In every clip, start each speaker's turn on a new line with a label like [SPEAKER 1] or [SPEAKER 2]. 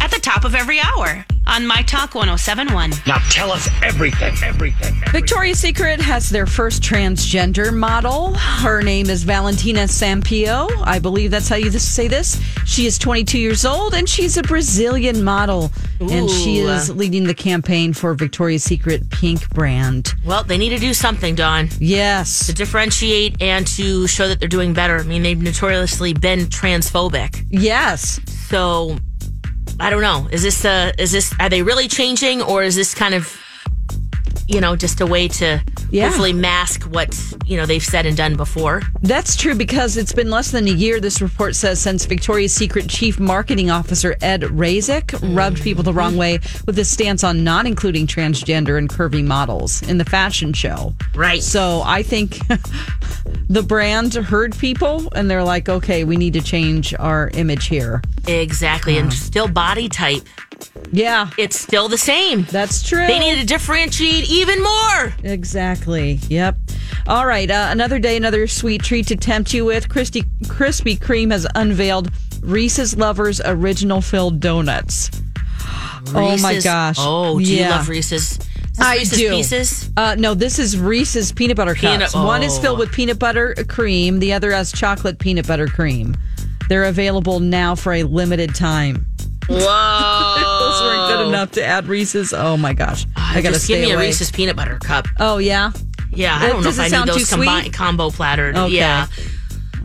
[SPEAKER 1] at the top of every hour on My Talk 1071.
[SPEAKER 2] Now tell us everything, everything. everything.
[SPEAKER 3] Victoria's Secret has their first transgender model. Her name is Valentina Sampio. I believe that's how you say this. She is 22 years old and she's a Brazilian model. And she is leading the campaign for Victoria's Secret Pink brand.
[SPEAKER 4] Well, they need to do something, Dawn,
[SPEAKER 3] Yes.
[SPEAKER 4] to differentiate and to show that they're doing better. I mean, they've notoriously been transphobic.
[SPEAKER 3] Yes.
[SPEAKER 4] So I don't know. Is this uh is this are they really changing or is this kind of you know, just a way to
[SPEAKER 3] Yeah.
[SPEAKER 4] hopefully mask what, you know, they've said and done before.
[SPEAKER 3] That's true because it's been less than a year, this report says, since Victoria's Secret Chief Marketing Officer Ed Razik rubbed people the wrong way with his stance on not including transgender and curvy models in the fashion show.
[SPEAKER 4] Right.
[SPEAKER 3] So I think the brand heard people and they're like, okay, we need to change our image here.
[SPEAKER 4] Exactly. And
[SPEAKER 3] Uh-huh.
[SPEAKER 4] still body type.
[SPEAKER 3] Yeah,
[SPEAKER 4] It's still the same.
[SPEAKER 3] that's true.
[SPEAKER 4] They need to differentiate even more.
[SPEAKER 3] Exactly. Yep. All right. Uh, another day, another sweet treat to tempt you with. Christy, Krispy Kreme has unveiled Reese's Lovers original filled donuts. Oh my
[SPEAKER 4] Reese's-
[SPEAKER 3] gosh.
[SPEAKER 4] Oh, do
[SPEAKER 3] Yeah.
[SPEAKER 4] you love Reese's? Ah, Is this
[SPEAKER 3] I
[SPEAKER 4] Reese's
[SPEAKER 3] do.
[SPEAKER 4] Pieces?
[SPEAKER 3] Uh, no, this is Reese's peanut butter cups.
[SPEAKER 4] Peanut- oh.
[SPEAKER 3] One is filled with peanut butter cream. The other has chocolate peanut butter cream. They're available now for a limited time.
[SPEAKER 4] Whoa.
[SPEAKER 3] Those weren't good enough to add Reese's. Oh my gosh. I gotta
[SPEAKER 4] Oh. Ah, Just
[SPEAKER 3] stay
[SPEAKER 4] give me
[SPEAKER 3] away.
[SPEAKER 4] a Reese's peanut butter cup.
[SPEAKER 3] Oh yeah.
[SPEAKER 4] Yeah, I
[SPEAKER 3] Uh,
[SPEAKER 4] don't know
[SPEAKER 3] does
[SPEAKER 4] if
[SPEAKER 3] it
[SPEAKER 4] I
[SPEAKER 3] sound
[SPEAKER 4] need those
[SPEAKER 3] too
[SPEAKER 4] combi-
[SPEAKER 3] sweet?
[SPEAKER 4] combo plattered.
[SPEAKER 3] Okay.
[SPEAKER 4] Yeah.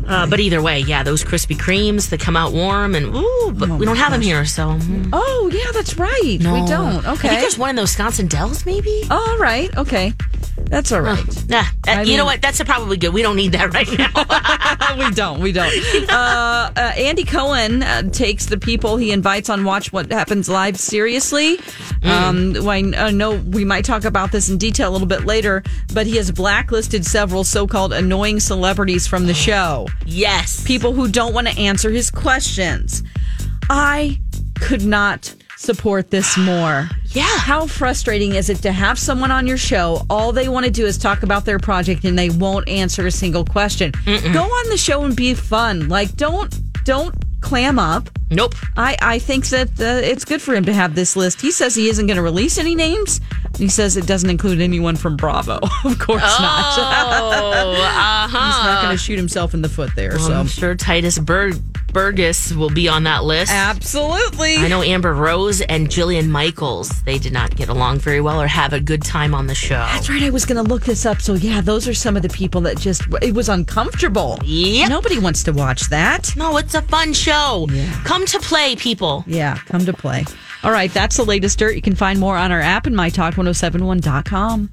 [SPEAKER 4] Uh, but either way, yeah, those Krispy Kremes that come out warm and ooh, but we don't have them here, so mm,
[SPEAKER 3] Oh yeah, that's right.
[SPEAKER 4] no.
[SPEAKER 3] We don't.
[SPEAKER 4] I
[SPEAKER 3] Okay.
[SPEAKER 4] think there's one in those Wisconsin Dells, maybe.
[SPEAKER 3] All right. Okay. That's all right.
[SPEAKER 4] Nah, that-
[SPEAKER 3] I
[SPEAKER 4] you know
[SPEAKER 3] mean-
[SPEAKER 4] what? That's probably good. We don't need that right now.
[SPEAKER 3] we don't. We don't. Uh, uh, Andy Cohen uh, takes the people he invites on Watch What Happens Live seriously.
[SPEAKER 4] Mm.
[SPEAKER 3] Um, when, I know we might talk about this in detail a little bit later, but he has blacklisted several so called annoying celebrities from the show,
[SPEAKER 4] yes,
[SPEAKER 3] people who don't want to answer his questions. I could not support this more.
[SPEAKER 4] Yeah.
[SPEAKER 3] How frustrating is it to have someone on your show? All they want to do is talk about their project and they won't answer a single question. Go on the show and be fun. Like don't don't clam up.
[SPEAKER 4] Nope.
[SPEAKER 3] I I think that uh, it's good for him to have this list. He says he isn't going to release any names. He says it doesn't include anyone from Bravo. of course not.
[SPEAKER 4] Oh, uh
[SPEAKER 3] He's
[SPEAKER 4] huh.
[SPEAKER 3] not going to shoot himself in the foot there.
[SPEAKER 4] I'm
[SPEAKER 3] so
[SPEAKER 4] sure Titus Bur- Burgess will be on that list.
[SPEAKER 3] absolutely.
[SPEAKER 4] I know Amber Rose and Jillian Michaels. They did not get along very well or have a good time on the show.
[SPEAKER 3] That's right. I was going to look this up. So yeah, those are some of the people that just it was uncomfortable.
[SPEAKER 4] Yep.
[SPEAKER 3] Nobody wants to watch that.
[SPEAKER 4] No, it's a fun show. Come to play, people.
[SPEAKER 3] Yeah, come to play. All right, that's the latest dirt. You can find more on our app and mytalk1071.com.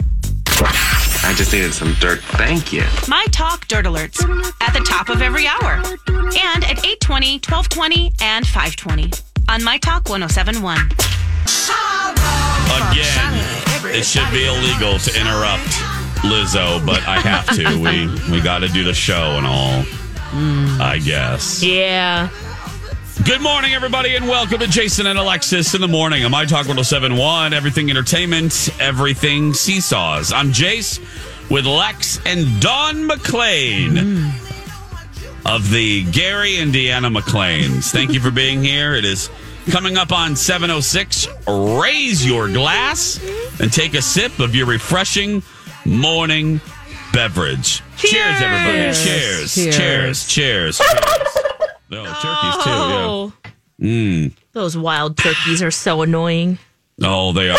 [SPEAKER 5] I just needed some dirt. Thank you.
[SPEAKER 1] My Talk Dirt Alerts at the top of every hour and at 820, 1220, and 520 on My Talk 1071.
[SPEAKER 6] again, it should be illegal to interrupt Lizzo, but I have to. we we got to do the show and all. I guess.
[SPEAKER 4] Yeah.
[SPEAKER 6] Good morning, everybody, and welcome to Jason and Alexis in the morning on My Talk 1071, Everything Entertainment, Everything Seesaws. I'm Jace with Lex and Don McLean of the Gary, Indiana McLeans. Thank you for oh being here. It is coming up on 706. Raise your glass and take a sip of your refreshing morning beverage. Cheers, everybody. Cheers.
[SPEAKER 7] Cheers.
[SPEAKER 6] Cheers. Cheers.
[SPEAKER 7] Cheers.
[SPEAKER 6] Cheers. No, turkeys too. Yeah. Mm.
[SPEAKER 4] Oh. Those wild turkeys are so annoying.
[SPEAKER 6] Oh, they are.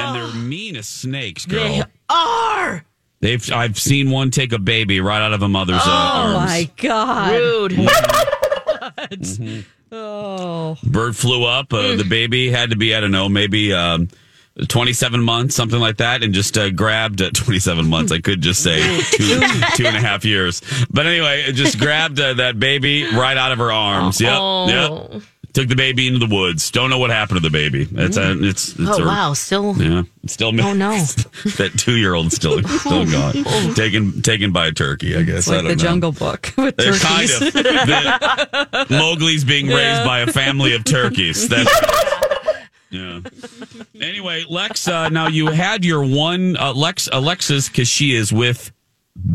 [SPEAKER 6] And they're mean as snakes, girl.
[SPEAKER 4] They are
[SPEAKER 6] They've I've seen one take a baby right out of a mother's uh,
[SPEAKER 3] Oh
[SPEAKER 6] arms. Mm.
[SPEAKER 3] my God.
[SPEAKER 4] rude.
[SPEAKER 6] Bird flew up. Uh, The baby had to be I don't know maybe um, twenty seven months something like that, and just uh, grabbed uh, twenty seven months. I could just say two two and a half years, but anyway, it just grabbed uh, that baby right out of her arms. Yep,
[SPEAKER 4] Oh.
[SPEAKER 6] yep. Took the baby into the woods. Don't know what happened to the baby. It's a, it's, it's
[SPEAKER 4] Oh
[SPEAKER 6] a-
[SPEAKER 4] wow, still
[SPEAKER 6] Yeah, it's still.
[SPEAKER 4] Oh, no.
[SPEAKER 6] that two year old still still gone.
[SPEAKER 4] Oh.
[SPEAKER 6] taken taken by a turkey, I guess.
[SPEAKER 3] It's
[SPEAKER 6] I
[SPEAKER 3] like
[SPEAKER 6] don't
[SPEAKER 3] the
[SPEAKER 6] know.
[SPEAKER 3] Jungle Book with
[SPEAKER 6] They're
[SPEAKER 3] turkeys.
[SPEAKER 6] kind of. The- Mowgli's being raised by a family of turkeys. That's yeah. Anyway, Lex, uh, now you had your one uh, Lex Alexis because she is with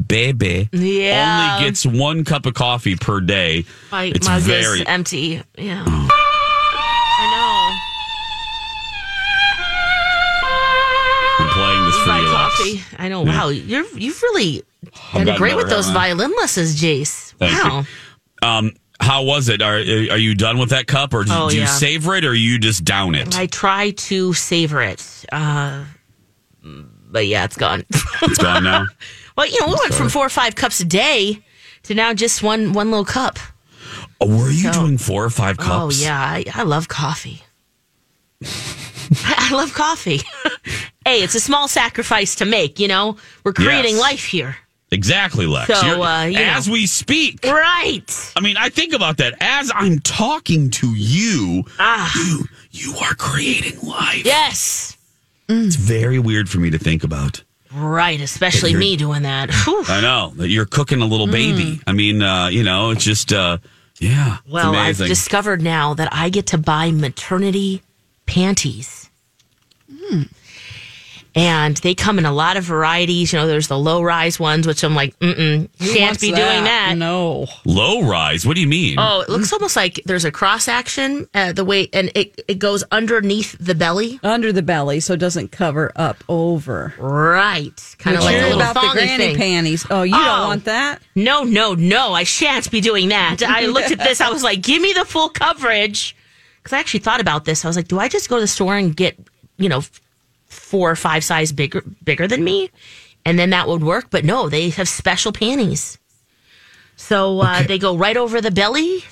[SPEAKER 6] baby.
[SPEAKER 4] Yeah.
[SPEAKER 6] only gets one cup of coffee per day.
[SPEAKER 4] my
[SPEAKER 6] it's
[SPEAKER 4] mug
[SPEAKER 6] very. Mm.
[SPEAKER 4] is empty. E. Yeah. I
[SPEAKER 6] I'm playing this
[SPEAKER 4] know.
[SPEAKER 6] for
[SPEAKER 4] Buy
[SPEAKER 6] you, Lex.
[SPEAKER 4] coffee. I know. Wow, you're you've really done
[SPEAKER 6] gotten
[SPEAKER 4] great with
[SPEAKER 6] better,
[SPEAKER 4] those
[SPEAKER 6] haven't I?
[SPEAKER 4] violin lessons, Jace.
[SPEAKER 6] Thank you.
[SPEAKER 4] wow.
[SPEAKER 6] Um, how was it? Are are you done with that cup, or do,
[SPEAKER 4] Oh,
[SPEAKER 6] do you
[SPEAKER 4] yeah.
[SPEAKER 6] savor it, or you just down it?
[SPEAKER 4] I try to savor it. Uh, but yeah, it's gone.
[SPEAKER 6] It's gone now.
[SPEAKER 4] well, you know, we went from four or five cups a day to now just one one little cup.
[SPEAKER 6] Oh, were you
[SPEAKER 4] So-
[SPEAKER 6] doing four or five cups?
[SPEAKER 4] Oh yeah, I, I love coffee. I, I love coffee. hey, it's a small sacrifice to make. You know, we're creating
[SPEAKER 6] Yes.
[SPEAKER 4] life here,
[SPEAKER 6] Exactly, Lex.
[SPEAKER 4] So,
[SPEAKER 6] You're-
[SPEAKER 4] uh, you
[SPEAKER 6] as
[SPEAKER 4] know.
[SPEAKER 6] we speak,
[SPEAKER 4] right?
[SPEAKER 6] I mean, I think about that as I'm talking to you. You, you are creating life.
[SPEAKER 4] Ah, Yes,
[SPEAKER 6] It's very weird for me to think about.
[SPEAKER 4] right. Especially
[SPEAKER 6] You're-
[SPEAKER 4] me doing that. Whew.
[SPEAKER 6] I know that you're cooking a little baby. I mean, uh, you know, it's just, uh, yeah. it's
[SPEAKER 4] Mm. Well, I've
[SPEAKER 6] amazing.
[SPEAKER 4] discovered now that I get to buy maternity panties. And they come in a lot of varieties. You know, there's the low rise ones, which I'm like, mm can't
[SPEAKER 3] What's
[SPEAKER 4] be doing that.
[SPEAKER 3] No.
[SPEAKER 6] low rise. What do you mean?
[SPEAKER 4] Oh, it looks almost like there's a cross action, uh, the way, and it, it goes underneath the belly.
[SPEAKER 3] Under the belly, so it doesn't cover up over.
[SPEAKER 4] Right. Kind of
[SPEAKER 3] But
[SPEAKER 4] like
[SPEAKER 3] you're
[SPEAKER 4] a little
[SPEAKER 3] about the
[SPEAKER 4] thong
[SPEAKER 3] granny
[SPEAKER 4] thing.
[SPEAKER 3] panties. Oh, you
[SPEAKER 4] Oh.
[SPEAKER 3] don't want that?
[SPEAKER 4] No, no, no. I shan't be doing that. I looked at this. I was like, give me the full coverage. Because I actually thought about this. I was like, do I just go to the store and get, you know, f- four or five size bigger, bigger than me? And then that would work. But no, they have special panties. So uh, they go right over the belly.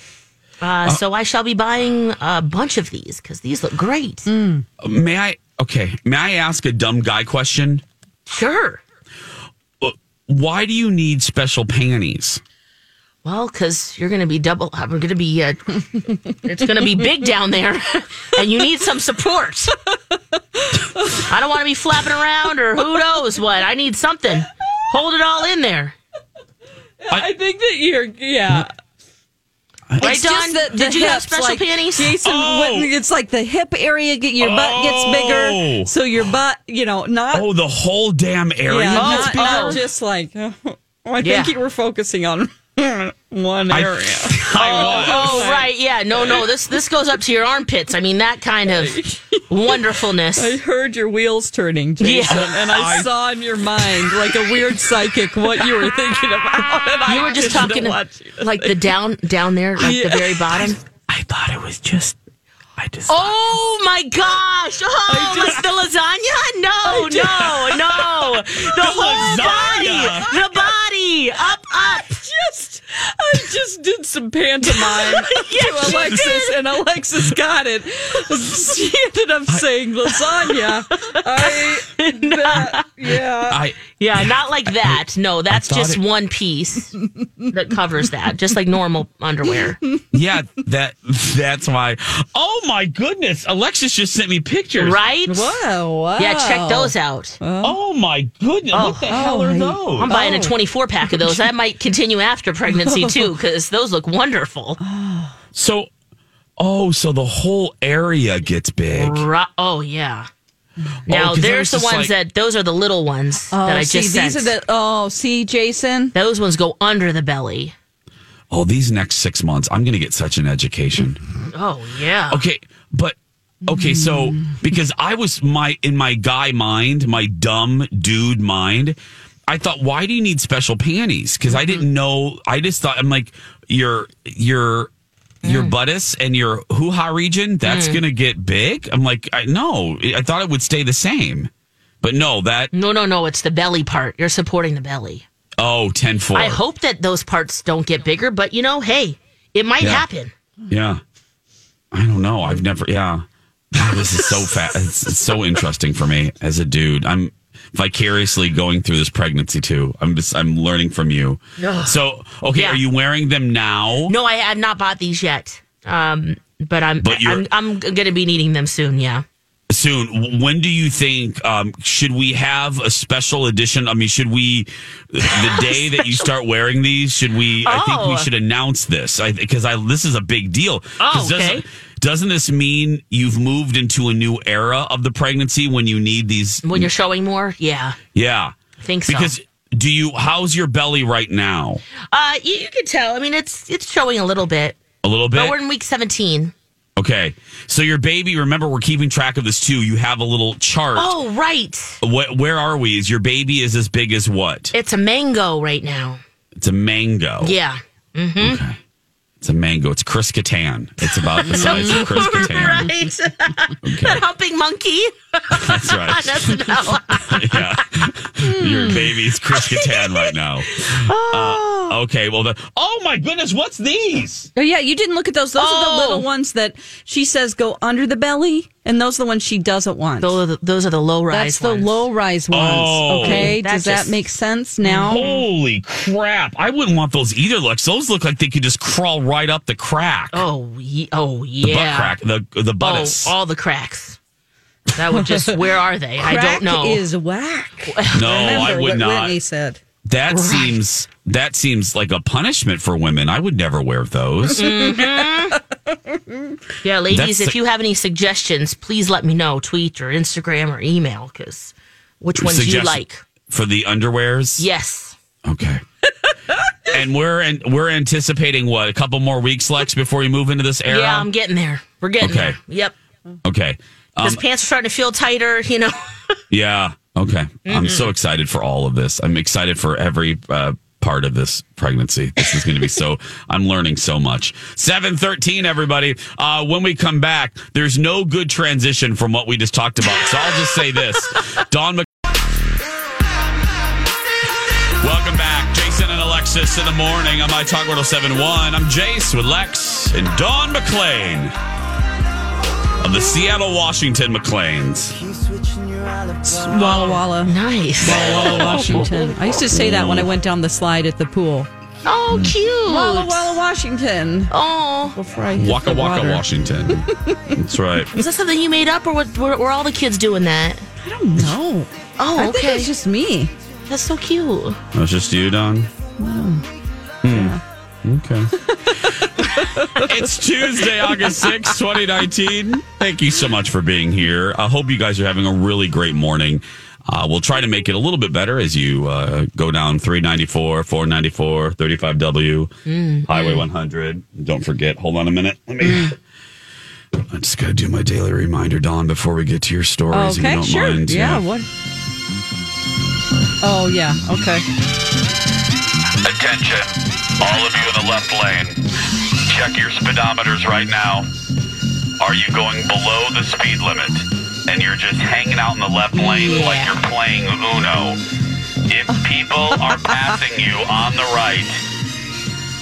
[SPEAKER 4] Uh, so I shall be buying a bunch of these because these look great.
[SPEAKER 6] May I? Okay. May I ask a dumb guy question?
[SPEAKER 4] Sure.
[SPEAKER 6] Why do you need special panties?
[SPEAKER 4] Well, because you're going to be double. uh, We're going to be. Uh, it's going to be big down there, and you need some support. I don't want to be flapping around or who knows what. I need something. Hold it all in there.
[SPEAKER 3] I think that you're, yeah.
[SPEAKER 4] Right, Don? Did you have
[SPEAKER 3] hips,
[SPEAKER 4] special
[SPEAKER 3] like,
[SPEAKER 4] panties?
[SPEAKER 3] Jason,
[SPEAKER 6] Oh!
[SPEAKER 3] wouldn't- it's like the hip area, get- your butt gets
[SPEAKER 6] Oh!
[SPEAKER 3] bigger. So your butt, you know, not.
[SPEAKER 6] Oh, the whole damn area.
[SPEAKER 3] yeah,
[SPEAKER 6] gets
[SPEAKER 3] not,
[SPEAKER 6] bigger?
[SPEAKER 3] not just like. I
[SPEAKER 4] Yeah.
[SPEAKER 3] think you were focusing on one
[SPEAKER 6] I-
[SPEAKER 3] area.
[SPEAKER 6] I was.
[SPEAKER 4] Oh right, yeah. No, no. This this goes up to your armpits. I mean that kind of
[SPEAKER 3] I
[SPEAKER 4] wonderfulness.
[SPEAKER 3] heard your wheels turning, Jason, and I,
[SPEAKER 6] I-
[SPEAKER 3] saw in your mind like a weird psychic what you were thinking about. And I
[SPEAKER 4] You were just
[SPEAKER 3] didn't
[SPEAKER 4] talking
[SPEAKER 3] want you to
[SPEAKER 4] like the down down there, like the very bottom.
[SPEAKER 6] I thought it was just. I just.
[SPEAKER 4] Oh my gosh! Oh, was the lasagna? No, no, no! The, whole
[SPEAKER 6] lasagna.
[SPEAKER 4] body, the body, up, up.
[SPEAKER 3] just I just did some pantomime to Alexis, and Alexis got it. She ended up saying lasagna. I that- yeah.
[SPEAKER 6] I
[SPEAKER 4] Yeah, not like that. No, that's
[SPEAKER 6] thought
[SPEAKER 4] just
[SPEAKER 6] it-
[SPEAKER 4] one piece that covers that, just like normal underwear.
[SPEAKER 6] yeah that that's why. Oh my goodness! Alexis just sent me pictures.
[SPEAKER 4] Right?
[SPEAKER 3] Wow, wow.
[SPEAKER 4] Yeah, check those out.
[SPEAKER 6] Oh my goodness! What the hell are those?
[SPEAKER 4] I'm buying a
[SPEAKER 3] Oh.
[SPEAKER 4] 24 pack of those. That might continue after pregnancy too, because those look wonderful.
[SPEAKER 6] so, oh, so the whole area gets big. Oh,
[SPEAKER 4] Ru- Oh yeah. Now
[SPEAKER 6] 'cause I
[SPEAKER 4] there's
[SPEAKER 6] was
[SPEAKER 4] the
[SPEAKER 6] just
[SPEAKER 4] ones
[SPEAKER 6] like-
[SPEAKER 4] that those are the little ones
[SPEAKER 3] Oh,
[SPEAKER 4] that I
[SPEAKER 3] see,
[SPEAKER 4] just
[SPEAKER 3] these are
[SPEAKER 4] sent.
[SPEAKER 3] the oh, see, Jason.
[SPEAKER 4] Those ones go under the belly.
[SPEAKER 6] Oh, these next six months, I'm gonna get such an education.
[SPEAKER 4] Oh yeah.
[SPEAKER 6] Okay, but Okay, so because I was my in my guy mind, my dumb dude mind, I thought, why do you need special panties? Because I didn't know. I just thought I'm like your your
[SPEAKER 4] Mm.
[SPEAKER 6] your buttus and your hoo ha region. That's gonna get big. I'm like, I, no, I thought it would stay the same, but no, that
[SPEAKER 4] No, no, no. It's the belly part. You're supporting the belly.
[SPEAKER 6] oh tenfold.
[SPEAKER 4] I hope that those parts don't get bigger, but you know, hey, it might
[SPEAKER 6] Yeah.
[SPEAKER 4] happen.
[SPEAKER 6] Yeah. I don't know. I've never. Yeah. God, this is so fast. It's, it's so interesting for me as a dude. I'm vicariously going through this pregnancy too. I'm just. I'm learning from you. So okay,
[SPEAKER 4] Yeah.
[SPEAKER 6] are you wearing them now?
[SPEAKER 4] No, I have not bought these yet. Um, but I'm
[SPEAKER 6] But you're-
[SPEAKER 4] I'm, I'm gonna be needing them soon. Yeah.
[SPEAKER 6] Soon. W- When do you think? Um, should we have a special edition? I mean, should we? The day that you start wearing these, should we? I think we
[SPEAKER 4] Oh.
[SPEAKER 6] should announce this because I, this is a big deal. 'Cause
[SPEAKER 4] Oh,
[SPEAKER 6] doesn't-
[SPEAKER 4] okay.
[SPEAKER 6] Doesn't this mean you've moved into a new era of the pregnancy when you need these?
[SPEAKER 4] When you're showing more, yeah,
[SPEAKER 6] Yeah.
[SPEAKER 4] I think so.
[SPEAKER 6] Because do you, how's your belly right now?
[SPEAKER 4] uh, you, you can tell. I mean, it's it's showing a little bit,
[SPEAKER 6] A little
[SPEAKER 4] but
[SPEAKER 6] bit?
[SPEAKER 4] we're in week 17.
[SPEAKER 6] Okay. So your baby, remember, we're keeping track of this too. You have a little chart.
[SPEAKER 4] Oh, right.
[SPEAKER 6] Wh- where are we? Is your baby is as big as what?
[SPEAKER 4] It's a mango right now.
[SPEAKER 6] It's a mango.
[SPEAKER 4] Yeah.
[SPEAKER 6] Okay. It's a mango. It's Chris Catan. It's about the size of Chris Catan.
[SPEAKER 4] Right. that humping monkey.
[SPEAKER 6] That's right.
[SPEAKER 4] That's no.
[SPEAKER 6] yeah. Your baby's Chris Catan right now. Uh, okay. Well, the, oh my goodness. What's these?
[SPEAKER 3] Oh yeah, you didn't look at those. Those are the little
[SPEAKER 4] Oh.
[SPEAKER 3] ones that she says go under the belly, and those are the ones she doesn't want.
[SPEAKER 4] those are the, those are the low rise.
[SPEAKER 3] That's the low rise ones.
[SPEAKER 6] Oh.
[SPEAKER 3] okay,
[SPEAKER 4] That
[SPEAKER 3] does that
[SPEAKER 4] just- Mm-hmm.
[SPEAKER 3] make sense
[SPEAKER 4] Oh.
[SPEAKER 3] now?
[SPEAKER 6] Holy crap. I wouldn't want those either, Lex. Those look like they could just crawl right up the crack.
[SPEAKER 4] Oh, ye- oh yeah.
[SPEAKER 6] the butt crack. The the
[SPEAKER 4] Oh,
[SPEAKER 6] buttus.
[SPEAKER 4] all the cracks. That would just. where are they? I
[SPEAKER 3] Crack
[SPEAKER 4] don't know.
[SPEAKER 3] Is whack.
[SPEAKER 6] no,
[SPEAKER 3] Remember
[SPEAKER 6] I would
[SPEAKER 3] what
[SPEAKER 6] not.
[SPEAKER 3] Whitney said.
[SPEAKER 6] That seems that seems like a punishment for women. I would never wear those.
[SPEAKER 4] Mm-hmm. Yeah, ladies,
[SPEAKER 6] That's
[SPEAKER 4] if
[SPEAKER 6] the-
[SPEAKER 4] you have any suggestions, please let me know. Tweet or Instagram or email, because which ones do you
[SPEAKER 6] Suggest-
[SPEAKER 4] like?
[SPEAKER 6] For the underwears?
[SPEAKER 4] Yes.
[SPEAKER 6] Okay. and we're and we're anticipating what, a couple more weeks, Lex, before we move into this era?
[SPEAKER 4] Yeah, I'm getting there. We're getting
[SPEAKER 6] Okay. Um,
[SPEAKER 4] there. Yep.
[SPEAKER 6] okay.
[SPEAKER 4] His pants are starting to feel tighter, you know.
[SPEAKER 6] Yeah. Okay. I'm
[SPEAKER 4] Mm-hmm.
[SPEAKER 6] so excited for all of this. I'm excited for every uh, part of this pregnancy. This is going to be so, I'm learning so much. 713, everybody. Uh, when we come back, there's no good transition from what we just talked about. So I'll just say this Don Mc- Welcome back, Jason and Alexis in the morning on my Talk 1071. I'm Jace with Lex and Don McLean of the Seattle, Washington McLeans.
[SPEAKER 3] Walla Walla.
[SPEAKER 4] Nice.
[SPEAKER 3] Washington. I used to say that when I went down the slide at the pool.
[SPEAKER 4] Oh, cute.
[SPEAKER 3] Walla Walla, Washington.
[SPEAKER 4] Oh,
[SPEAKER 3] Before I hit
[SPEAKER 6] Waka
[SPEAKER 3] the
[SPEAKER 6] Waka,
[SPEAKER 3] water.
[SPEAKER 6] Washington. That's right.
[SPEAKER 4] is that something you made up, or what, were, were all the kids doing that?
[SPEAKER 3] I don't know.
[SPEAKER 4] Oh,
[SPEAKER 3] I think
[SPEAKER 4] okay.
[SPEAKER 3] it's just me.
[SPEAKER 4] That's so cute.
[SPEAKER 6] That was just you, Don? Hmm. Okay. it's Tuesday, August sixth, 2019. Thank you so much for being here. I hope you guys are having a really great morning. Uh, we'll try to make it a little bit better as you uh, go down 394, 494, 35W,
[SPEAKER 3] Mm-hmm.
[SPEAKER 6] Highway 100. Don't forget, hold on a minute. Let me.
[SPEAKER 3] Mm.
[SPEAKER 6] I just got to do my daily reminder, Don, before we get to your stories. if you
[SPEAKER 3] Okay,
[SPEAKER 6] don't
[SPEAKER 3] sure.
[SPEAKER 6] mind.
[SPEAKER 3] yeah, what? Oh, yeah, okay.
[SPEAKER 2] Attention, all of you in the left lane. Check your speedometers right now. Are you going below the speed limit? And you're just hanging out in the left lane like you're playing Uno. If people are passing you on the right,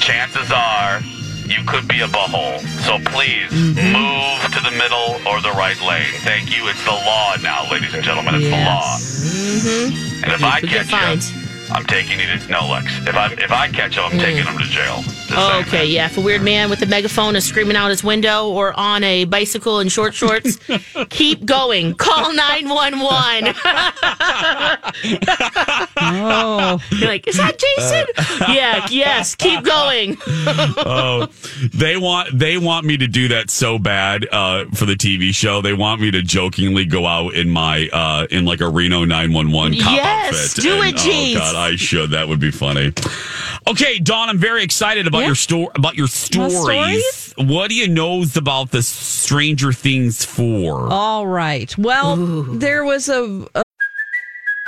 [SPEAKER 2] chances are you could be a butthole. So please move to the middle or the right lane. Thank you. It's the law now, ladies and gentlemen. It's the law. And if I
[SPEAKER 4] We get
[SPEAKER 2] catch
[SPEAKER 4] fined.
[SPEAKER 2] you, I'm taking you to no Lex. If I if I catch him, I'm taking him to jail. Just saying
[SPEAKER 4] Mm. Oh, okay,
[SPEAKER 2] that.
[SPEAKER 4] yeah. If a weird man with a megaphone is screaming out his window or on a bicycle in short shorts, keep going. Call 911.
[SPEAKER 3] Oh,
[SPEAKER 4] You're like, is that Jason? yeah, yes, keep going.
[SPEAKER 6] Oh, they want they want me to do that so bad uh, for the TV show. They want me to jokingly go out in my uh, in like a Reno nine one one cop
[SPEAKER 4] Yes,
[SPEAKER 6] outfit.
[SPEAKER 4] do it,
[SPEAKER 6] Oh
[SPEAKER 4] Jeez.
[SPEAKER 6] God, I should. That would be funny. Okay, Dawn, I'm very excited about
[SPEAKER 3] Yeah.
[SPEAKER 6] your story about your
[SPEAKER 3] My
[SPEAKER 6] stories. th- what do you knows about the Stranger Things four?
[SPEAKER 4] Oh,
[SPEAKER 3] All right. Well, there was a, a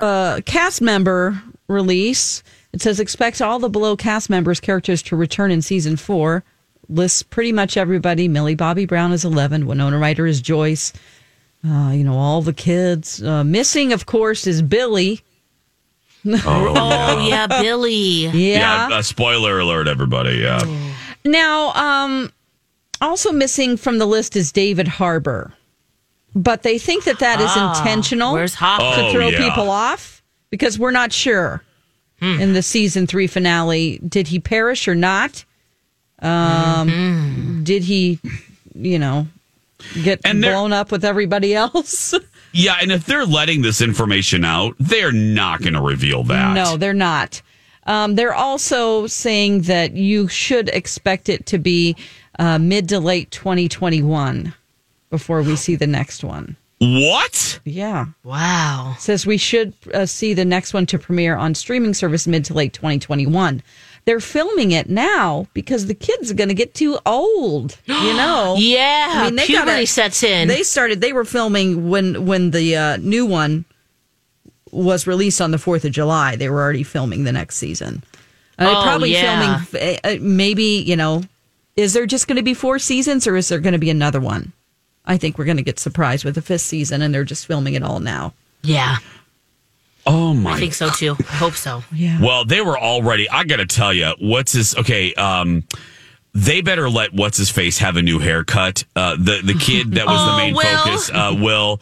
[SPEAKER 3] uh, cast member release. It says expect all the below cast members' characters to return in season four. Lists pretty much everybody. Millie Bobby Brown is eleven. Winona Ryder is Joyce. Uh, you know all the kids. Uh, missing, of course, is Billy.
[SPEAKER 4] Oh yeah, Billy.
[SPEAKER 6] yeah. uh, spoiler alert, everybody. Yeah.
[SPEAKER 3] Now, um, also missing from the list is David Harbour, but they think that that is intentional
[SPEAKER 4] Where's
[SPEAKER 6] Oh.
[SPEAKER 4] Hop?
[SPEAKER 3] to throw
[SPEAKER 6] yeah. Hmm.
[SPEAKER 3] people off because we're not sure in the season three finale did he perish or not? Um, Did he, you know, get
[SPEAKER 6] Mm-hmm. And there-
[SPEAKER 3] blown up with everybody else?
[SPEAKER 6] Yeah, and if they're letting this information out, they're not going to reveal that.
[SPEAKER 3] No, they're not. Um, they're also saying that you should expect it to be uh, mid to late 2021 before we see the next one.
[SPEAKER 6] What?
[SPEAKER 3] Yeah.
[SPEAKER 4] Wow.
[SPEAKER 3] Says we should uh, see the next one to premiere on streaming service mid to late 2021. They're filming it now because the kids are going to get too old, you know.
[SPEAKER 4] Yeah.
[SPEAKER 3] I mean, they
[SPEAKER 4] puberty
[SPEAKER 3] gotta-
[SPEAKER 4] sets in.
[SPEAKER 3] They started they were filming when when the uh, new one was released on the 4th of July. They were already filming the next season. Uh, they're
[SPEAKER 4] Oh,
[SPEAKER 3] probably
[SPEAKER 4] yeah.
[SPEAKER 3] filming uh, uh, maybe, you know, is there just going to be four seasons or is there going to be another one? I think we're going to get surprised with the fifth season and they're just filming it all now.
[SPEAKER 4] yeah,
[SPEAKER 6] Oh
[SPEAKER 4] I
[SPEAKER 6] my
[SPEAKER 4] think so too. I hope so.
[SPEAKER 6] Well, they were already. I got to tell you, what's his? Okay, um, they better let what's his face have a new haircut. Uh, the the kid that was the
[SPEAKER 4] Oh,
[SPEAKER 6] main
[SPEAKER 4] Will.
[SPEAKER 6] focus, uh, Will.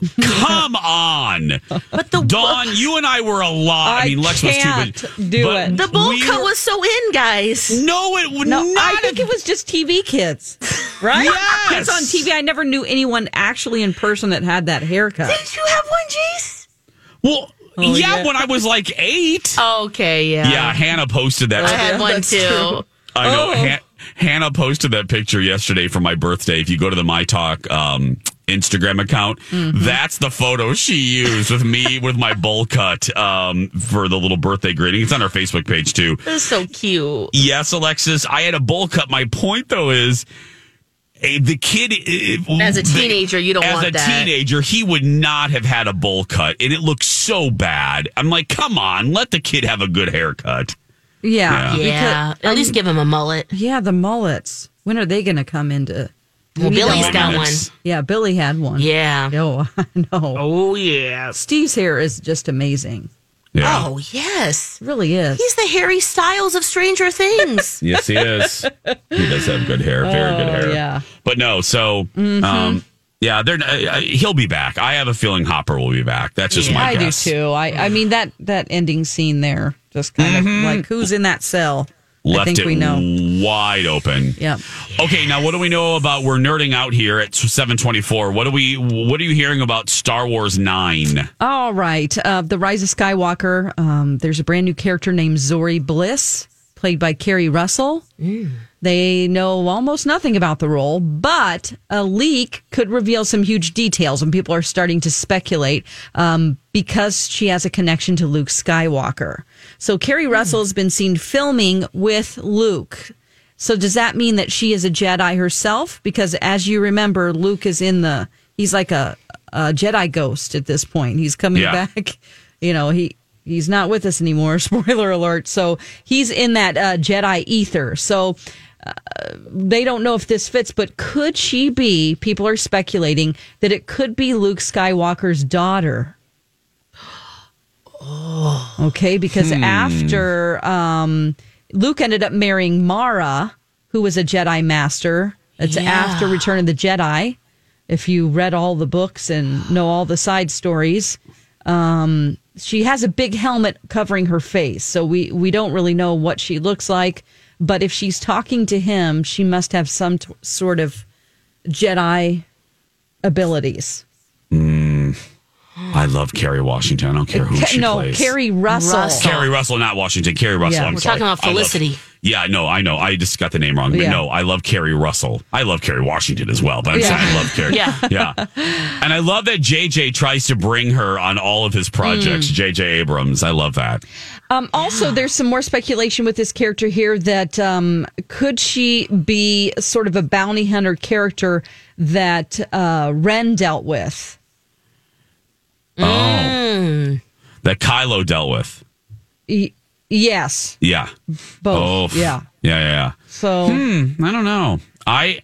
[SPEAKER 6] Come on, but the Dawn, you and I were alive. I,
[SPEAKER 3] I
[SPEAKER 6] mean, Lex was too,
[SPEAKER 3] can't do it.
[SPEAKER 4] The bowl
[SPEAKER 6] we
[SPEAKER 4] cut
[SPEAKER 6] were-
[SPEAKER 4] was so in, guys.
[SPEAKER 6] No, it would
[SPEAKER 3] No,
[SPEAKER 6] not.
[SPEAKER 3] I think it was just TV kids, right?
[SPEAKER 6] Yes!
[SPEAKER 3] Kids on TV. I never knew anyone actually in person that had that haircut.
[SPEAKER 4] Did you have one, Jace?
[SPEAKER 6] well,
[SPEAKER 3] Oh,
[SPEAKER 6] yeah,
[SPEAKER 3] yeah. Oh,
[SPEAKER 6] when I was like eight.
[SPEAKER 4] Okay, yeah.
[SPEAKER 6] yeah, Hannah posted that.
[SPEAKER 4] I had one
[SPEAKER 3] that's
[SPEAKER 4] too.
[SPEAKER 3] true.
[SPEAKER 6] I know.
[SPEAKER 3] Oh.
[SPEAKER 6] Han- Hannah posted that picture yesterday for my birthday. If you go to the My Talk um, Instagram account,
[SPEAKER 4] Mm-hmm.
[SPEAKER 6] that's the photo she used with me with my bowl cut um, for the little birthday greeting. It's on our Facebook page too.
[SPEAKER 4] This is so cute.
[SPEAKER 6] Yes, Alexis, I had a bowl cut. My point though is. eh, the kid, eh, eh,
[SPEAKER 4] As a
[SPEAKER 6] the-
[SPEAKER 4] teenager, you don't
[SPEAKER 6] as
[SPEAKER 4] want
[SPEAKER 6] a
[SPEAKER 4] that.
[SPEAKER 6] teenager, he would not have had a bowl cut, and it looked so bad. I'm like, come on, let the kid have a good haircut.
[SPEAKER 3] Yeah,
[SPEAKER 4] Yeah, at
[SPEAKER 3] um,
[SPEAKER 4] least give him a mullet.
[SPEAKER 3] yeah. The mullets. When are they going to come into?
[SPEAKER 4] Well, Billy's
[SPEAKER 6] Maybe
[SPEAKER 4] got one.
[SPEAKER 6] next-
[SPEAKER 3] Yeah, Billy had one.
[SPEAKER 4] Yeah.
[SPEAKER 3] No, no.
[SPEAKER 4] Oh yeah.
[SPEAKER 3] Steve's hair is just amazing.
[SPEAKER 6] Yeah.
[SPEAKER 4] Oh yes.
[SPEAKER 3] It really is.
[SPEAKER 4] He's the Harry Styles of Stranger Things.
[SPEAKER 6] Yes, he is. he does have good hair, very good hair.
[SPEAKER 3] Oh, yeah. Mm-hmm.
[SPEAKER 6] But no, so um, yeah, they're uh, uh, he'll be back. I have a feeling Hopper will be back. That's just my
[SPEAKER 3] I do
[SPEAKER 6] guess.
[SPEAKER 3] too. I, I mean that that ending scene there, just kind
[SPEAKER 4] Mm-hmm.
[SPEAKER 3] of like who's in that cell.
[SPEAKER 6] Left
[SPEAKER 3] I think
[SPEAKER 6] it
[SPEAKER 3] we know.
[SPEAKER 6] wide open.
[SPEAKER 3] Yeah.
[SPEAKER 6] Okay, now what do we know about? We're nerding out here at seven twenty four. What do we? What are you hearing about Star Wars Nine?
[SPEAKER 3] All right. Uh, the Rise of Skywalker. Um, there's a brand new character named Zori Bliss, played by Carrie Russell. They know almost nothing about the role, but a leak could reveal some huge details, and people are starting to speculate um, because she has a connection to Luke Skywalker. So Carrie Russell has been seen filming with Luke. So does that mean that she is a Jedi herself? Because as you remember, Luke is in the he's like a, a Jedi ghost at this point. He's coming
[SPEAKER 6] Yeah.
[SPEAKER 3] back. You know, he he's not with us anymore. Spoiler alert. So he's in that uh, Jedi ether. So uh, they don't know if this fits, but could she be? People are speculating that it could be Luke Skywalker's daughter. Oh, okay. Because
[SPEAKER 8] Hmm.
[SPEAKER 3] after um, Luke ended up marrying Mara, who was a Jedi master. It's
[SPEAKER 4] Yeah.
[SPEAKER 3] after Return of the Jedi. If you read all the books and know all the side stories, um, she has a big helmet covering her face, so we we don't really know what she looks like. But if she's talking to him, she must have some t- sort of Jedi abilities.
[SPEAKER 6] Mm. I love Carrie Washington. I don't care who
[SPEAKER 3] Ca-
[SPEAKER 6] she
[SPEAKER 3] no,
[SPEAKER 6] plays.
[SPEAKER 3] Carrie Russell.
[SPEAKER 6] Carrie Russell, not Washington. Carrie Russell.
[SPEAKER 3] Yeah.
[SPEAKER 6] I'm
[SPEAKER 3] We're
[SPEAKER 6] sorry.
[SPEAKER 3] talking about
[SPEAKER 6] I love-
[SPEAKER 3] Felicity.
[SPEAKER 6] yeah, no, I know. I just got the name wrong. But
[SPEAKER 3] Yeah.
[SPEAKER 6] no, I love Carrie Russell. I love Carrie Washington as well. But I'm
[SPEAKER 3] Yeah.
[SPEAKER 6] saying I love Carrie.
[SPEAKER 3] Yeah.
[SPEAKER 6] yeah. And I love that JJ tries to bring her on all of his projects.
[SPEAKER 3] Mm.
[SPEAKER 6] JJ Abrams. I love that.
[SPEAKER 3] Um, also, there's some more speculation with this character here that um, could she be sort of a bounty hunter character that uh, Ren dealt with? Mm.
[SPEAKER 6] Oh. That Kylo dealt with.
[SPEAKER 3] Y- yes.
[SPEAKER 6] Yeah.
[SPEAKER 3] Both,
[SPEAKER 6] Oh,
[SPEAKER 3] yeah.
[SPEAKER 6] Yeah, yeah, yeah.
[SPEAKER 3] So
[SPEAKER 6] Hmm, I don't know. I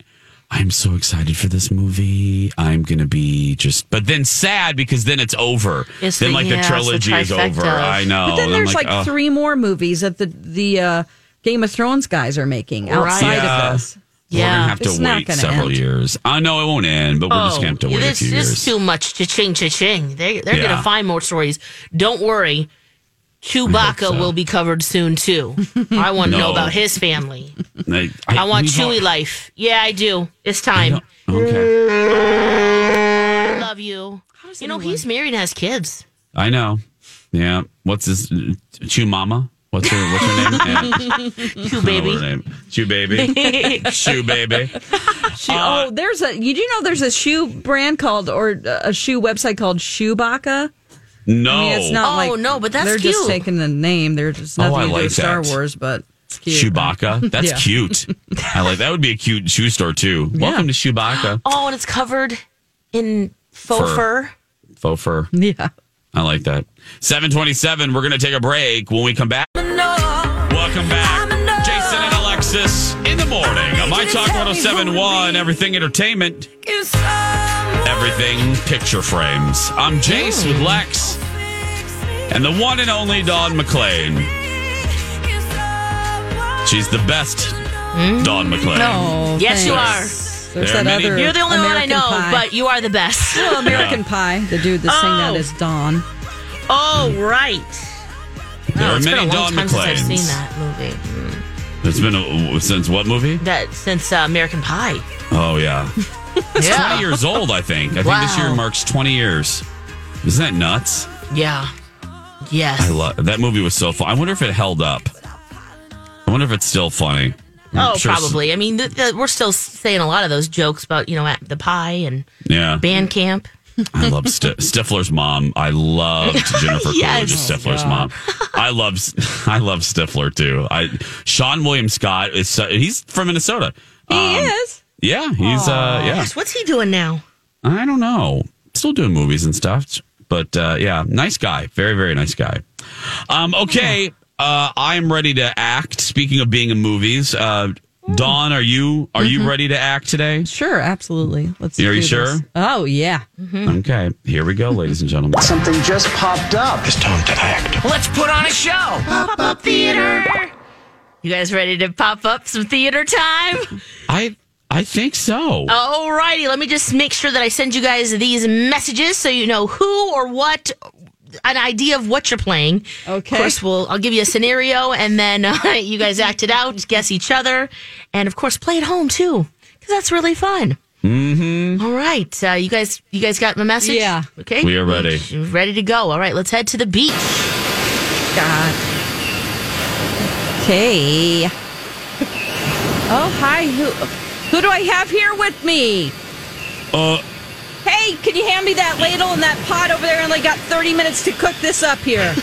[SPEAKER 6] I'm so excited for this movie. I'm gonna be just, but then sad because then it's over.
[SPEAKER 3] It's
[SPEAKER 6] then
[SPEAKER 3] the-
[SPEAKER 6] like
[SPEAKER 3] yeah,
[SPEAKER 6] the
[SPEAKER 3] it's the
[SPEAKER 6] trilogy is
[SPEAKER 3] trifecta.
[SPEAKER 6] over. I know.
[SPEAKER 3] But then
[SPEAKER 6] And I'm
[SPEAKER 3] there's like,
[SPEAKER 6] oh.
[SPEAKER 3] three more movies that the the uh, Game of Thrones guys are making outside
[SPEAKER 6] Yeah.
[SPEAKER 3] of this.
[SPEAKER 6] We're gonna have to
[SPEAKER 3] It's not
[SPEAKER 6] wait
[SPEAKER 3] gonna
[SPEAKER 6] several
[SPEAKER 3] end. Oh,
[SPEAKER 6] years. I know it won't end, but we're just gonna have to wait
[SPEAKER 4] Oh, this,
[SPEAKER 6] a few
[SPEAKER 4] this
[SPEAKER 6] years.
[SPEAKER 4] is too much. Cha-ching, cha-ching. They, they're going
[SPEAKER 6] Yeah.
[SPEAKER 4] to find more stories. Don't worry. Chewbacca
[SPEAKER 6] so.
[SPEAKER 4] will be covered soon, too. I want to
[SPEAKER 6] No.
[SPEAKER 4] know about his family.
[SPEAKER 6] I,
[SPEAKER 4] I, want
[SPEAKER 6] we don't-
[SPEAKER 4] Chewy life. Yeah, I do. It's time.
[SPEAKER 6] Okay.
[SPEAKER 4] Love you. You know, he's married and has kids.
[SPEAKER 6] I know. Yeah. What's his Chew Mama? What's her What's her name? Yeah. I
[SPEAKER 4] Chew
[SPEAKER 6] don't know what
[SPEAKER 4] baby.
[SPEAKER 6] her name- Chew baby. Chew baby.
[SPEAKER 3] Shoe-
[SPEAKER 6] uh,
[SPEAKER 3] oh, there's a you do know there's a shoe brand called or uh, a shoe website called Shoebaca.
[SPEAKER 6] No.
[SPEAKER 3] I mean, it's not
[SPEAKER 4] Oh,
[SPEAKER 3] like
[SPEAKER 4] no, but that's
[SPEAKER 3] they're just
[SPEAKER 4] cute.
[SPEAKER 3] taking the name. They're just
[SPEAKER 6] Oh,
[SPEAKER 3] nothing
[SPEAKER 6] I
[SPEAKER 3] to do
[SPEAKER 6] like
[SPEAKER 3] with Star
[SPEAKER 6] that.
[SPEAKER 3] Wars, but it's cute.
[SPEAKER 6] Chewbacca. That's
[SPEAKER 3] Yeah.
[SPEAKER 6] cute. I like that. Would be a cute shoe store too. Welcome to Chewbacca.
[SPEAKER 4] Oh, and it's covered in faux
[SPEAKER 6] Fur.
[SPEAKER 4] fur.
[SPEAKER 6] Faux fur.
[SPEAKER 3] Yeah.
[SPEAKER 6] I like that. 727. We're going to take a break when we come back. Welcome back. Jason and Alexis in the morning on My Talk 1071, Everything Entertainment, Everything Picture Frames. I'm Jace with Lex and the one and only Dawn McClain. She's the best
[SPEAKER 4] Hmm?
[SPEAKER 6] Dawn McClain.
[SPEAKER 3] No,
[SPEAKER 4] Yes, you
[SPEAKER 3] Oh, thanks.
[SPEAKER 4] are.
[SPEAKER 3] There's
[SPEAKER 6] There are
[SPEAKER 3] that
[SPEAKER 6] many-
[SPEAKER 3] other
[SPEAKER 4] You're the only
[SPEAKER 3] American
[SPEAKER 4] one I know,
[SPEAKER 3] Pie.
[SPEAKER 4] but you are the best.
[SPEAKER 3] Well, American Pie, the dude that sang that
[SPEAKER 4] Oh.
[SPEAKER 3] is Don.
[SPEAKER 4] Oh, right.
[SPEAKER 6] There are
[SPEAKER 4] it's
[SPEAKER 6] many
[SPEAKER 4] been a long
[SPEAKER 6] Dawn
[SPEAKER 4] time since I've seen
[SPEAKER 6] McClains.
[SPEAKER 4] that movie.
[SPEAKER 6] It's been a, since what movie?
[SPEAKER 4] That since uh, American Pie.
[SPEAKER 6] Oh yeah, it's
[SPEAKER 4] Yeah.
[SPEAKER 6] twenty years old. I think. I think this year
[SPEAKER 4] Wow.
[SPEAKER 6] marks twenty years. Isn't that nuts?
[SPEAKER 4] Yeah. Yes. Oh,
[SPEAKER 6] I love that movie. Was so fun. I wonder if it held up. I wonder if it's still funny. I'm
[SPEAKER 4] Oh,
[SPEAKER 6] sure s-
[SPEAKER 4] probably. I mean, th- th- we're still saying a lot of those jokes about you know at the pie and
[SPEAKER 6] Yeah,
[SPEAKER 4] band camp.
[SPEAKER 6] I love Sti- Stifler's mom. I loved Jennifer
[SPEAKER 4] Yes.
[SPEAKER 6] Coolidge as Stifler's mom. I love S- I love Stifler too. I Sean William Scott is so, he's from Minnesota. Um,
[SPEAKER 4] He
[SPEAKER 3] is.
[SPEAKER 6] Yeah, he's uh yeah.
[SPEAKER 4] Yes, what's he doing now?
[SPEAKER 6] I don't know. Still doing movies and stuff, but uh, yeah, nice guy. Very very nice guy. Um, okay, uh, I'm ready to act. Speaking of being in movies, uh, Dawn, are you are you ready to act today?
[SPEAKER 3] Sure, absolutely. Let's.
[SPEAKER 6] Are
[SPEAKER 3] do
[SPEAKER 6] you
[SPEAKER 3] this.
[SPEAKER 6] sure?
[SPEAKER 3] Oh yeah.
[SPEAKER 6] Okay, here we go, ladies and gentlemen.
[SPEAKER 9] Something just popped up. It's time to act.
[SPEAKER 4] Let's put on a show. Pop up theater. You guys ready to pop up some theater time?
[SPEAKER 6] I I think so.
[SPEAKER 4] All righty, let me just make sure that I send you guys these messages so you know who or what, an idea of what you're playing. Okay. Of course, we'll I'll give you a scenario, and then uh, you guys act it out, guess each other, and of course, play at home too, because that's really fun.
[SPEAKER 6] Mm-hmm.
[SPEAKER 4] All right, uh, you guys, you guys got my message. Yeah. Okay.
[SPEAKER 6] We are ready.
[SPEAKER 4] Ready to go. All right, let's head to the beach.
[SPEAKER 3] God. Okay. Oh hi, who who do I have here with me?
[SPEAKER 6] Uh,
[SPEAKER 3] Hey, can you hand me that ladle and that pot over there? I only got 30 minutes to cook this up here.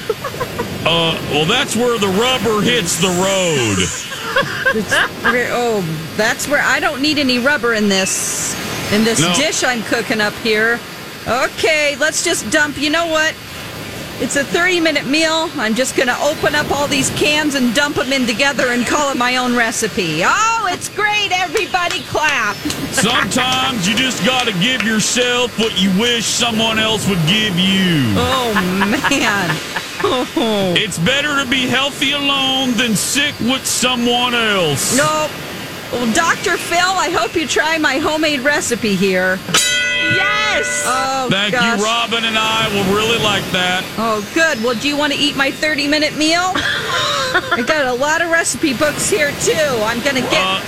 [SPEAKER 6] Uh, well, that's where the rubber hits the road.
[SPEAKER 3] It's re- oh, that's where I don't need any rubber in this in this
[SPEAKER 6] No.
[SPEAKER 3] dish I'm cooking up here. Okay, let's just dump. You know what? It's a 30 minute meal. I'm just going to open up all these cans and dump them in together and call it my own recipe. Oh, it's great. Everybody clap.
[SPEAKER 6] Sometimes you just got to give yourself what you wish someone else would give you.
[SPEAKER 3] Oh, man.
[SPEAKER 6] It's better to be healthy alone than sick with someone else.
[SPEAKER 3] Nope. Well, Dr. Phil, I hope you try my homemade recipe here.
[SPEAKER 4] Yes.
[SPEAKER 3] Oh,
[SPEAKER 6] Thank
[SPEAKER 3] gosh.
[SPEAKER 6] you, Robin and I will really like that.
[SPEAKER 3] Oh, good. Well, do you want to eat my 30 minute meal? I got a lot of recipe books here, too. I'm going to get.
[SPEAKER 6] Uh,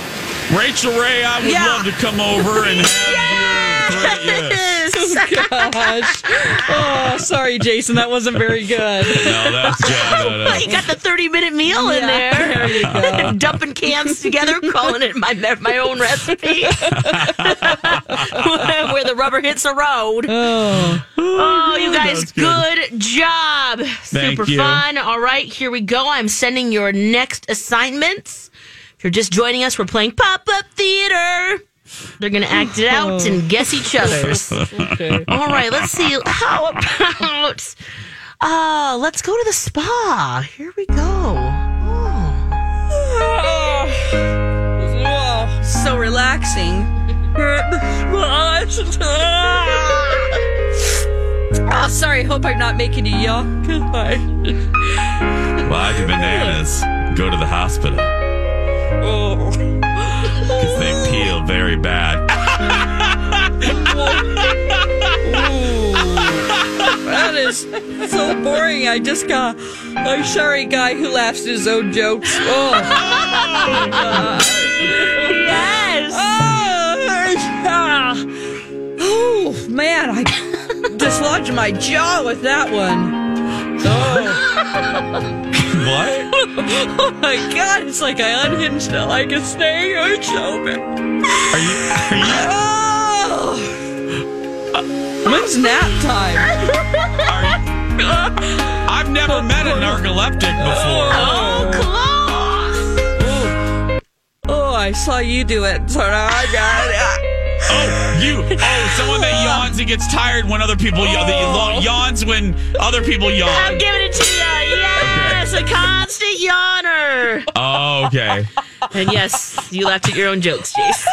[SPEAKER 6] Rachel Ray, I would
[SPEAKER 3] Yeah.
[SPEAKER 6] love to come over and have your your yes.
[SPEAKER 3] Oh, gosh. Oh, sorry, Jason. That wasn't very good.
[SPEAKER 6] No, that's no, no, no.
[SPEAKER 3] Oh
[SPEAKER 4] you got the 30 minute meal in
[SPEAKER 3] Yeah, there you go.
[SPEAKER 4] there. Dumping cans together, calling it my my own recipe. Where the rubber hits the road.
[SPEAKER 3] Oh,
[SPEAKER 4] Oh, you guys,
[SPEAKER 6] That's good.
[SPEAKER 4] good. job.
[SPEAKER 6] Thank
[SPEAKER 4] Super
[SPEAKER 6] you.
[SPEAKER 4] fun. All right, here we go. I'm sending your next assignments. If you're just joining us, we're playing pop up theater. They're going to act it out and guess each other's.
[SPEAKER 3] okay.
[SPEAKER 4] All right, let's see. How about. Uh, let's go to the spa. Here we go. Oh.
[SPEAKER 3] Oh, so relaxing. oh, sorry. Hope I'm not making you yawn. Goodbye.
[SPEAKER 6] Why do bananas go to the hospital?
[SPEAKER 3] Oh.
[SPEAKER 6] Because they peel very bad.
[SPEAKER 3] That is so boring. I just got. I'm sorry, guy who laughs at his own jokes. Oh.
[SPEAKER 4] Yes.
[SPEAKER 3] Oh, oh, man, I dislodged my jaw with that one. Oh.
[SPEAKER 6] What?
[SPEAKER 3] oh my god, it's like I unhinged it like a snake. I'm so bad.
[SPEAKER 6] Are you? Are you?
[SPEAKER 3] Oh. When's nap time?
[SPEAKER 6] Are you I've never met a narcoleptic before.
[SPEAKER 4] Oh, close.
[SPEAKER 3] Oh, I saw you do it. So now I got it.
[SPEAKER 6] Oh, you. Oh, someone that yawns and gets tired when other people yawn. That yawn- yawns when other people
[SPEAKER 4] I'm
[SPEAKER 6] yawn.
[SPEAKER 4] giving it to you. Yes, a constant yawner.
[SPEAKER 6] Oh, okay.
[SPEAKER 4] And yes, you laughed at your own jokes, Jace.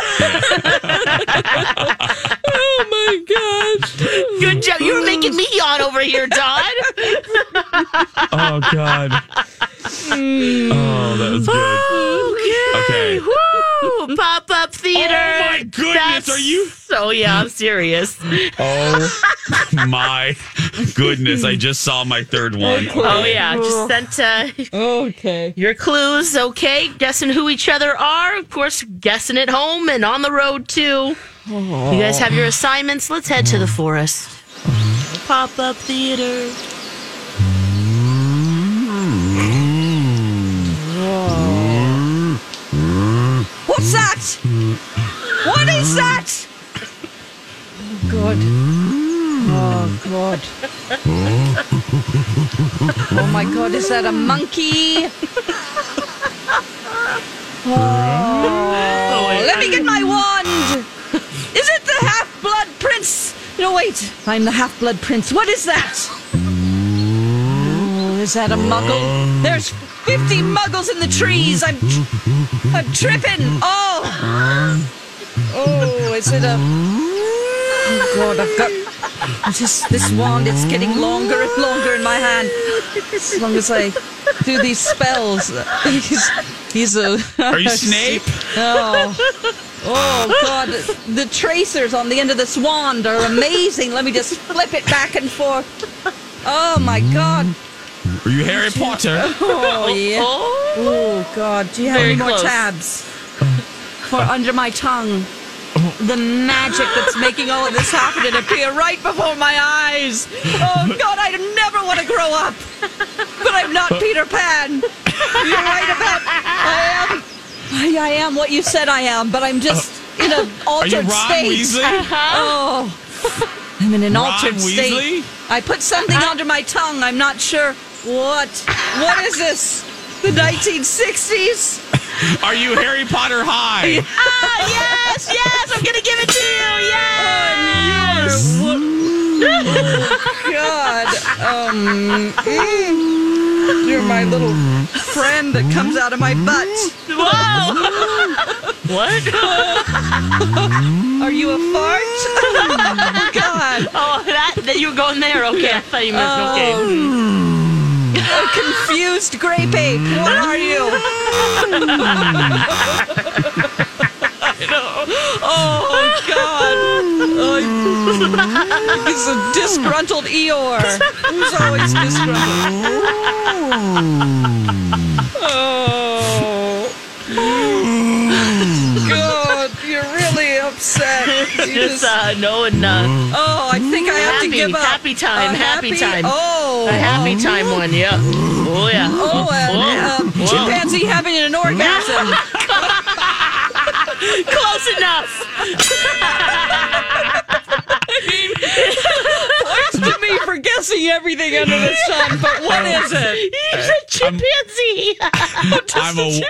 [SPEAKER 3] Oh my gosh.
[SPEAKER 4] Good job. You were making me yawn over here, Don.
[SPEAKER 6] Oh God. Oh, that was good. Okay.
[SPEAKER 4] Okay. Woo! Pop up theater.
[SPEAKER 6] Oh, my goodness, are you-
[SPEAKER 4] So yeah, I'm serious.
[SPEAKER 6] Oh my goodness! I just saw my third one.
[SPEAKER 4] Oh yeah, just sent uh,
[SPEAKER 3] Okay.
[SPEAKER 4] your clues. Okay, guessing who each other are. Of course, guessing at home and on the road too. You guys have your assignments. Let's head to the forest.
[SPEAKER 6] Mm-hmm.
[SPEAKER 4] Pop up theater.
[SPEAKER 3] What's that? What is that? God. Oh God. Oh my God, is that a monkey? Oh, let me get my wand. Is it the half blood prince? No, wait. I'm the half blood prince. What is that? Oh, is that a muggle? There's 50 muggles in the trees. I'm, I'm tripping. Oh. Oh, is it a. Oh, God, I've got. Just this wand, it's getting longer and longer in my hand. As long as I do these spells. He's, he's a.
[SPEAKER 6] Are you Snape?
[SPEAKER 3] Oh. Oh God! The tracers on the end of this wand are amazing. Let me just flip it back and forth. Oh my God!
[SPEAKER 6] Are you Harry Potter?
[SPEAKER 3] Oh yeah!
[SPEAKER 4] Oh.
[SPEAKER 3] Oh God! Do you have
[SPEAKER 4] Very
[SPEAKER 3] any more
[SPEAKER 4] close.
[SPEAKER 3] tabs for under my tongue? The magic that's making all of this happen and appear right before my eyes. Oh God! I never want to grow up, but I'm not Peter Pan. You're right about I am. I, I am what you said I am, but I'm just in an
[SPEAKER 6] Uh, Are you
[SPEAKER 3] altered
[SPEAKER 6] Ron
[SPEAKER 3] state.
[SPEAKER 6] Weasley?
[SPEAKER 3] Oh, I'm in an
[SPEAKER 6] Ron
[SPEAKER 3] altered state.
[SPEAKER 6] Weasley?
[SPEAKER 3] I put something under my tongue. I'm not sure what. What is this? The 1960s?
[SPEAKER 6] Are you Harry Potter High?
[SPEAKER 4] Ah yes, yes. I'm gonna give it to you.
[SPEAKER 3] Yes.
[SPEAKER 4] Yes.
[SPEAKER 3] Oh, God. Um, mm. you're my little friend that comes out of my butt.
[SPEAKER 4] Whoa!
[SPEAKER 3] what? Are you a fart? God.
[SPEAKER 4] Oh, that, that you're going there. Okay, I thought you meant okay.
[SPEAKER 3] A confused grape ape. What are you? Oh God! Uh, he's a disgruntled Eeyore. Who's always disgruntled? Oh. God, you're really upset. You
[SPEAKER 4] Just uh, no and uh,
[SPEAKER 3] Oh, I think I have to
[SPEAKER 4] happy,
[SPEAKER 3] give up.
[SPEAKER 4] Happy time,
[SPEAKER 3] A
[SPEAKER 4] happy, time.
[SPEAKER 3] Oh,
[SPEAKER 4] a happy time one. Yeah. Oh yeah.
[SPEAKER 3] Oh, and
[SPEAKER 4] Whoa.
[SPEAKER 3] uh,
[SPEAKER 4] Whoa.
[SPEAKER 3] chimpanzee having an orgasm.
[SPEAKER 4] Close enough.
[SPEAKER 3] Points to me for guessing everything under the sun, but what is it?
[SPEAKER 4] He's a chimpanzee.
[SPEAKER 6] I'm a,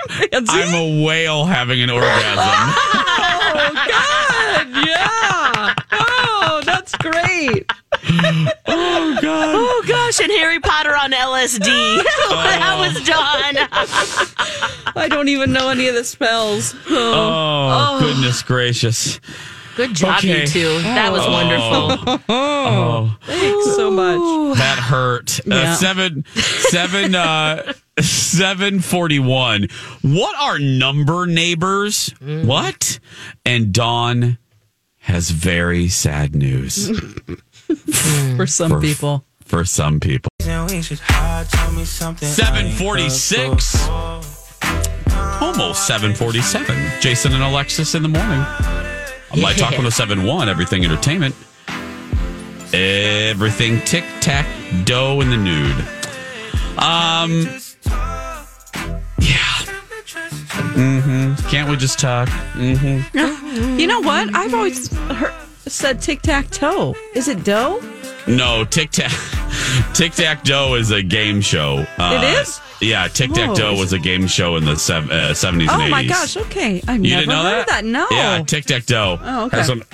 [SPEAKER 6] I'm a whale having an orgasm.
[SPEAKER 3] Oh God! Yeah. Oh, that's great.
[SPEAKER 6] oh God.
[SPEAKER 4] Oh gosh, and Harry Potter on LSD. that was
[SPEAKER 6] Oh.
[SPEAKER 4] John.
[SPEAKER 3] I don't even know any of the spells. Oh.
[SPEAKER 6] Oh, goodness gracious.
[SPEAKER 4] Good job,
[SPEAKER 6] Okay.
[SPEAKER 4] you two. That was wonderful.
[SPEAKER 6] Oh,
[SPEAKER 3] Thanks so much.
[SPEAKER 6] that hurt. Uh,
[SPEAKER 3] Yeah.
[SPEAKER 6] seven, seven, uh, seven forty-one. What are number neighbors? What? And Dawn has very sad news
[SPEAKER 3] For some
[SPEAKER 6] For-
[SPEAKER 3] people.
[SPEAKER 6] for some people. Seven forty-six. Almost seven forty-seven. Jason and Alexis in the morning. On my
[SPEAKER 4] Yeah.
[SPEAKER 6] Talk 1071, everything entertainment. Everything tic tac dough in the nude. Um Yeah. hmm Can't we just talk? hmm
[SPEAKER 3] You know what? I've always heard, said tic tac toe. Is it dough?
[SPEAKER 6] No, tic tac tic tac dough is a game show. Uh,
[SPEAKER 3] It is?
[SPEAKER 6] Yeah, tic tac dough
[SPEAKER 3] Oh.
[SPEAKER 6] was a game show in the sev- uh, 70s and 80s.
[SPEAKER 3] Oh my gosh! Okay, I've
[SPEAKER 6] You
[SPEAKER 3] never
[SPEAKER 6] didn't know
[SPEAKER 3] heard
[SPEAKER 6] that?
[SPEAKER 3] that. No.
[SPEAKER 6] Yeah, Tic Tac Toe.
[SPEAKER 3] Oh, okay.
[SPEAKER 6] Has some-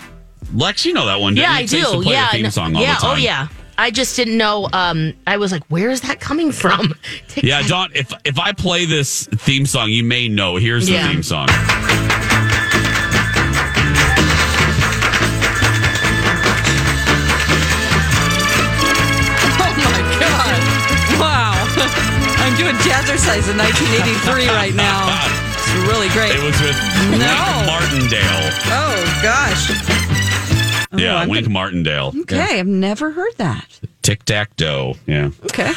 [SPEAKER 6] Lex, you know that one. didn't you?
[SPEAKER 4] Yeah, I
[SPEAKER 6] It used to
[SPEAKER 4] do.
[SPEAKER 6] play
[SPEAKER 4] Yeah,
[SPEAKER 6] the theme
[SPEAKER 4] no-
[SPEAKER 6] song all
[SPEAKER 4] yeah.
[SPEAKER 6] the time.
[SPEAKER 4] Oh yeah. I just didn't know. Um, I was like, where is that coming from? Tic
[SPEAKER 6] Yeah, Don. If if I play this theme song, you may know. Here's the
[SPEAKER 4] Yeah.
[SPEAKER 6] theme song.
[SPEAKER 3] Oh my god! Wow, I'm doing jazzercise in 1983 right now. It's really great.
[SPEAKER 6] It was with Wink Martindale.
[SPEAKER 3] oh gosh.
[SPEAKER 6] yeah,
[SPEAKER 3] Oh, I'm
[SPEAKER 6] Wink Martindale.
[SPEAKER 3] Okay, I've never heard that.
[SPEAKER 6] Tic Tac Toe. Yeah.
[SPEAKER 3] Okay.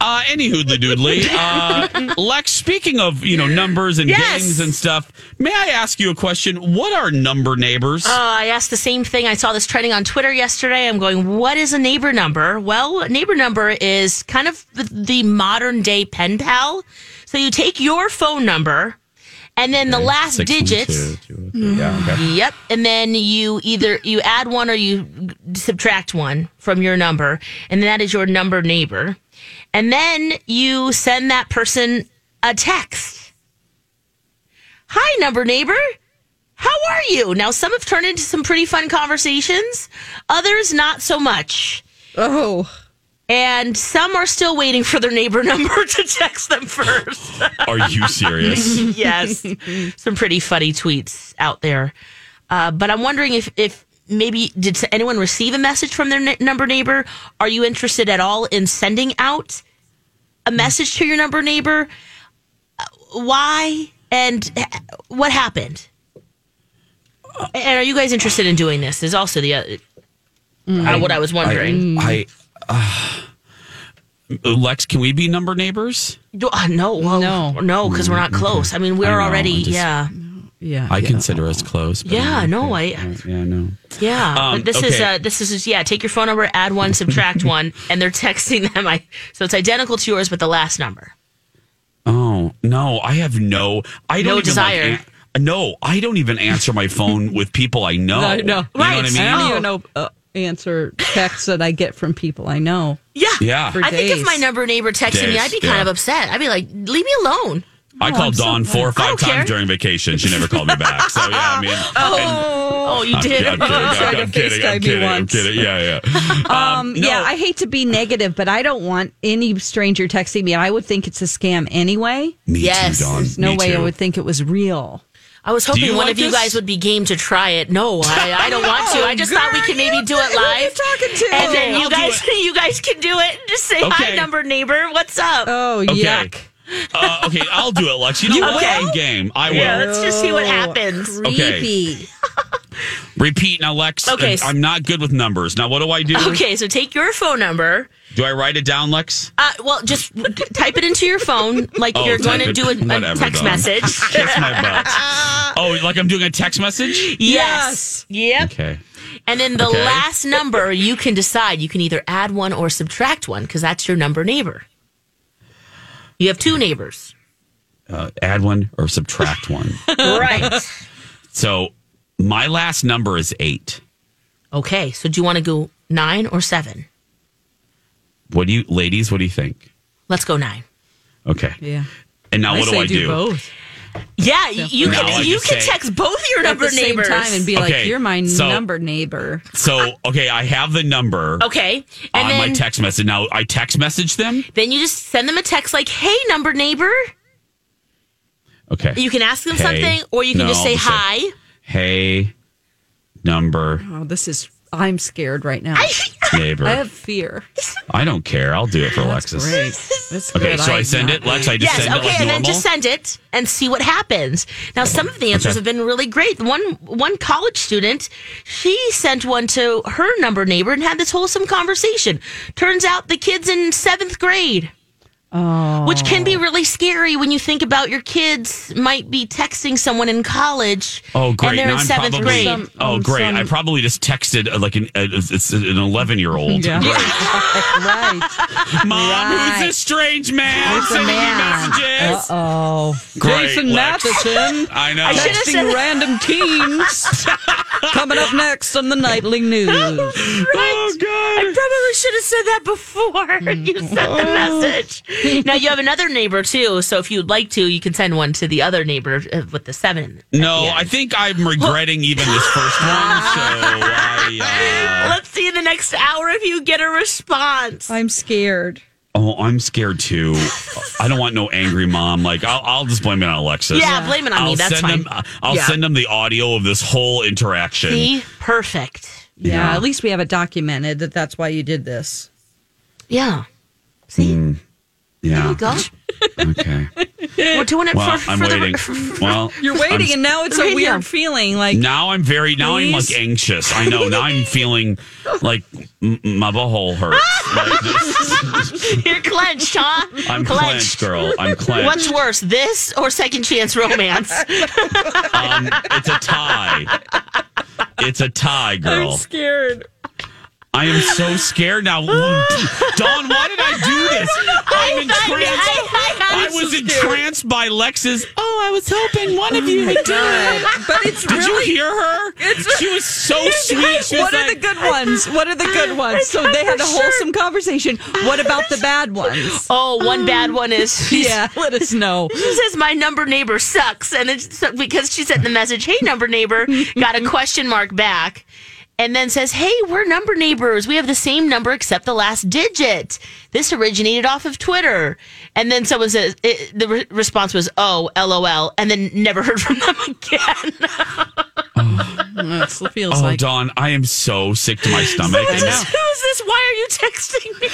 [SPEAKER 6] Uh, any hoodly doodly. Uh, Lex, speaking of you know numbers and
[SPEAKER 4] Yes.
[SPEAKER 6] games and stuff, may I ask you a question? What are number neighbors?
[SPEAKER 4] Uh, I asked the same thing. I saw this trending on Twitter yesterday. I'm going, what is a neighbor number? Well, a neighbor number is kind of the, the modern day pen pal. So you take your phone number and then the last
[SPEAKER 6] Six and
[SPEAKER 4] digits.
[SPEAKER 6] two, two, okay. Yeah, okay.
[SPEAKER 4] Yep. And then you either you add one or you subtract one from your number, and that is your number neighbor. And then you send that person a text. Hi, number neighbor. How are you? Now some have turned into some pretty fun conversations, others not so much.
[SPEAKER 3] Oh,
[SPEAKER 4] And some are still waiting for their neighbor number to text them first.
[SPEAKER 6] Are you serious?
[SPEAKER 4] yes, some pretty funny tweets out there. Uh, but I'm wondering if, if maybe did anyone receive a message from their n- number neighbor? Are you interested at all in sending out a message to your number neighbor? Uh, Why and h- what happened? And are you guys interested in doing this? Is also the other, uh, what I was
[SPEAKER 6] Mm.
[SPEAKER 4] wondering.
[SPEAKER 6] I, uh, Lex, can we be number neighbors?
[SPEAKER 4] Do- uh, no, well, no, no, because we're not close. I mean, we're
[SPEAKER 6] Mm, I know,
[SPEAKER 4] already,
[SPEAKER 6] I just-
[SPEAKER 4] yeah,
[SPEAKER 3] yeah.
[SPEAKER 6] I consider us close. but-
[SPEAKER 4] yeah. No, I,
[SPEAKER 6] Yeah, no.
[SPEAKER 4] Yeah,
[SPEAKER 6] Um,
[SPEAKER 4] but this is
[SPEAKER 6] okay.
[SPEAKER 4] uh, this is yeah. Take your phone number, add one, subtract one, and they're texting them. I so it's identical to yours, but the last number.
[SPEAKER 6] Oh no, I have no. I
[SPEAKER 4] No
[SPEAKER 6] don't even, like,
[SPEAKER 4] desire.
[SPEAKER 6] an- no, I don't even answer my phone with people I know.
[SPEAKER 3] I
[SPEAKER 6] You
[SPEAKER 3] know.
[SPEAKER 6] know what I mean?
[SPEAKER 3] I
[SPEAKER 4] Oh.
[SPEAKER 3] don't even know uh, answer texts that I get from people I know.
[SPEAKER 4] Yeah,
[SPEAKER 6] Yeah.
[SPEAKER 4] I think if
[SPEAKER 3] days.
[SPEAKER 4] my number neighbor texted me,
[SPEAKER 6] Days,
[SPEAKER 4] I'd be kind
[SPEAKER 6] yeah.
[SPEAKER 4] of upset. I'd be like, "Leave me alone."
[SPEAKER 6] I
[SPEAKER 4] Oh,
[SPEAKER 6] called
[SPEAKER 4] I'm so
[SPEAKER 6] Dawn four or
[SPEAKER 4] glad. I
[SPEAKER 6] five
[SPEAKER 4] don't
[SPEAKER 6] times
[SPEAKER 4] care.
[SPEAKER 6] during vacation. She never called me back. So yeah, I mean,
[SPEAKER 4] Oh, oh, you
[SPEAKER 6] I'm
[SPEAKER 4] did.
[SPEAKER 6] kidding, I'm kidding,
[SPEAKER 3] She tried to
[SPEAKER 6] I'm kidding,
[SPEAKER 3] FaceTime
[SPEAKER 6] I'm
[SPEAKER 3] me
[SPEAKER 6] kidding, I'm
[SPEAKER 3] once.
[SPEAKER 6] kidding. Yeah, yeah.
[SPEAKER 3] Um, Yeah, I hate to be negative, but I don't want any stranger texting me. I would think it's a scam anyway.
[SPEAKER 6] Me
[SPEAKER 4] too, Yes. Dawn.
[SPEAKER 3] There's no
[SPEAKER 4] Me
[SPEAKER 3] way I
[SPEAKER 4] too.
[SPEAKER 3] would think it was real.
[SPEAKER 4] I was
[SPEAKER 3] Do
[SPEAKER 4] hoping
[SPEAKER 3] you
[SPEAKER 4] one
[SPEAKER 3] like
[SPEAKER 4] of you
[SPEAKER 3] this?
[SPEAKER 4] guys would be game to try it. No, I, I don't want to. I just thought we could maybe do it
[SPEAKER 3] Who are Oh, you
[SPEAKER 4] live.
[SPEAKER 3] talking to?
[SPEAKER 4] And then
[SPEAKER 3] I'll
[SPEAKER 4] you
[SPEAKER 3] do
[SPEAKER 4] guys, you guys can do it. Just say hi,
[SPEAKER 6] Okay.
[SPEAKER 4] number neighbor. What's up?
[SPEAKER 3] Oh,
[SPEAKER 6] Okay. Uh, okay, I'll do it, Lex. You know
[SPEAKER 4] You
[SPEAKER 6] what?
[SPEAKER 4] will?
[SPEAKER 6] I'm game. I will.
[SPEAKER 4] Yeah, let's just see what happens.
[SPEAKER 6] Okay. Repeat now, Lex.
[SPEAKER 4] Okay,
[SPEAKER 6] uh, I'm not good with numbers. Now, what do I do?
[SPEAKER 4] Okay, so take your phone number.
[SPEAKER 6] Do I write it down, Lex?
[SPEAKER 4] Uh, well, just type it into your phone like
[SPEAKER 6] Oh,
[SPEAKER 4] you're going to
[SPEAKER 6] type
[SPEAKER 4] do a,
[SPEAKER 6] it.
[SPEAKER 4] a
[SPEAKER 6] Whatever,
[SPEAKER 4] text
[SPEAKER 6] Dawn.
[SPEAKER 4] message.
[SPEAKER 6] Kiss my butt. Oh, like I'm doing a text message?
[SPEAKER 4] yes. Yep.
[SPEAKER 6] Okay.
[SPEAKER 4] And then the
[SPEAKER 6] Okay.
[SPEAKER 4] last number you can decide. You can either add one or subtract one because that's your number neighbor. You have two neighbors.
[SPEAKER 6] Uh, add one or subtract one.
[SPEAKER 4] right.
[SPEAKER 6] So my last number is eight.
[SPEAKER 4] Okay. So do you want to go nine or seven?
[SPEAKER 6] What do you, ladies? What do you think?
[SPEAKER 4] Let's go nine.
[SPEAKER 6] Okay.
[SPEAKER 4] Yeah.
[SPEAKER 6] And now what do I do?
[SPEAKER 3] Oh,
[SPEAKER 4] Yeah, y- you
[SPEAKER 6] Now I
[SPEAKER 4] can you
[SPEAKER 6] just
[SPEAKER 4] can
[SPEAKER 6] say-
[SPEAKER 4] text both your number
[SPEAKER 3] At the same
[SPEAKER 4] neighbors
[SPEAKER 3] time and be like,
[SPEAKER 6] Okay,
[SPEAKER 3] "You're my
[SPEAKER 6] so-
[SPEAKER 3] number neighbor."
[SPEAKER 6] So okay, I have the number
[SPEAKER 4] Okay. And
[SPEAKER 6] on
[SPEAKER 4] then
[SPEAKER 6] my text message. Now I text message them.
[SPEAKER 4] then you just send them a text like, "Hey, number neighbor."
[SPEAKER 6] Okay.
[SPEAKER 4] You can ask them
[SPEAKER 6] Hey.
[SPEAKER 4] something or you can
[SPEAKER 6] No,
[SPEAKER 4] just say
[SPEAKER 6] I'll just say-
[SPEAKER 4] hi.
[SPEAKER 6] Hey, number
[SPEAKER 3] Oh, this is. I'm scared right now.
[SPEAKER 6] neighbor.
[SPEAKER 3] I
[SPEAKER 6] I,
[SPEAKER 3] have fear.
[SPEAKER 6] don't care. I'll do it for Alexis.
[SPEAKER 3] Great. That's
[SPEAKER 6] Okay,
[SPEAKER 3] good.
[SPEAKER 6] so I send
[SPEAKER 3] am
[SPEAKER 6] it, Lex. I just
[SPEAKER 4] yes,
[SPEAKER 6] send it
[SPEAKER 4] okay,
[SPEAKER 6] like
[SPEAKER 4] and
[SPEAKER 6] normal.
[SPEAKER 4] then just send it and see what happens. Now, some of the answers
[SPEAKER 6] Okay.
[SPEAKER 4] have been really great. One one college student, she sent one to her number neighbor and had this wholesome conversation. Turns out the kid's in seventh grade,
[SPEAKER 3] Oh.
[SPEAKER 4] which can be really scary when you think about your kids might be texting someone in college.
[SPEAKER 6] Oh great!
[SPEAKER 4] And they're
[SPEAKER 6] Now
[SPEAKER 4] in
[SPEAKER 6] I'm
[SPEAKER 4] seventh
[SPEAKER 6] probably,
[SPEAKER 4] grade.
[SPEAKER 6] oh great! I probably just texted uh, like an uh, it's an eleven year old.
[SPEAKER 3] Yeah.
[SPEAKER 6] right. Mom, who's this strange man
[SPEAKER 3] It's a
[SPEAKER 6] sending me
[SPEAKER 3] man.
[SPEAKER 6] messages?
[SPEAKER 3] oh.
[SPEAKER 6] Great,
[SPEAKER 3] Jason
[SPEAKER 6] Lex.
[SPEAKER 3] Matheson.
[SPEAKER 6] I know.
[SPEAKER 4] I should've said-
[SPEAKER 3] Texting random teens. Coming up next on the Nightly News.
[SPEAKER 6] Oh
[SPEAKER 4] I
[SPEAKER 6] god!
[SPEAKER 4] probably should have said that before you sent the message. Now you have another neighbor too, so if you'd like to, you can send one to the other neighbor uh, with the seven.
[SPEAKER 6] No, I think I'm regretting even this first one. So I. uh,
[SPEAKER 4] Let's see in the next hour if you get a response.
[SPEAKER 3] I'm scared.
[SPEAKER 6] Uh, oh, I'm scared too. I don't want no angry mom. Like I'll, I'll just blame it on Alexis.
[SPEAKER 4] Yeah, blame it on
[SPEAKER 6] I'll
[SPEAKER 4] me. That's
[SPEAKER 6] send
[SPEAKER 4] fine.
[SPEAKER 6] Them, I'll
[SPEAKER 4] Yeah.
[SPEAKER 6] send them the audio of this whole interaction.
[SPEAKER 4] See, perfect.
[SPEAKER 3] Yeah,
[SPEAKER 6] Yeah.
[SPEAKER 3] Uh, at least we have it documented that that's why you did this.
[SPEAKER 4] Yeah. See, there
[SPEAKER 6] Yeah.
[SPEAKER 4] we go.
[SPEAKER 6] Okay.
[SPEAKER 4] We're doing it
[SPEAKER 6] Well,
[SPEAKER 4] for,
[SPEAKER 6] I'm
[SPEAKER 4] for
[SPEAKER 6] waiting.
[SPEAKER 4] the.
[SPEAKER 6] Well,
[SPEAKER 3] You're waiting,
[SPEAKER 6] I'm-
[SPEAKER 3] and now it's a
[SPEAKER 4] Radio.
[SPEAKER 3] weird feeling. Like,
[SPEAKER 6] now I'm very now I'm
[SPEAKER 3] Please?
[SPEAKER 6] like anxious. I know. Now I'm feeling like m- my butthole hurts. Like, this-
[SPEAKER 4] You're clenched, huh?
[SPEAKER 6] I'm clenched, girl. I'm clenched.
[SPEAKER 4] What's worse, this or second chance romance?
[SPEAKER 6] um, it's a tie. It's a tie, girl.
[SPEAKER 3] scared.
[SPEAKER 6] I am so scared now. Ooh, Dawn, why did I do this? I'm entranced. I was entranced by Lex's. Oh, I was hoping one of you would do it.
[SPEAKER 3] but it's
[SPEAKER 6] Did
[SPEAKER 3] really.
[SPEAKER 6] you hear her? she was so sweet. She was
[SPEAKER 3] what are
[SPEAKER 6] like,
[SPEAKER 3] the good ones? What are the good ones? So they had a wholesome conversation. What about the bad ones?
[SPEAKER 4] Oh, one bad one is
[SPEAKER 3] Yeah, let us know.
[SPEAKER 4] She says my number neighbor sucks, and it's so- because she sent the message, "Hey number neighbor," got a question mark back, and then says, "Hey, we're number neighbors. We have the same number except the last digit. This originated off of Twitter." And then someone says it, the re- response was, "Oh, lol," and then never heard from them again.
[SPEAKER 3] That feels
[SPEAKER 6] Oh, Dawn, I am so sick to my stomach.
[SPEAKER 4] Who's
[SPEAKER 6] And
[SPEAKER 4] this? Who's this? Why are you texting me?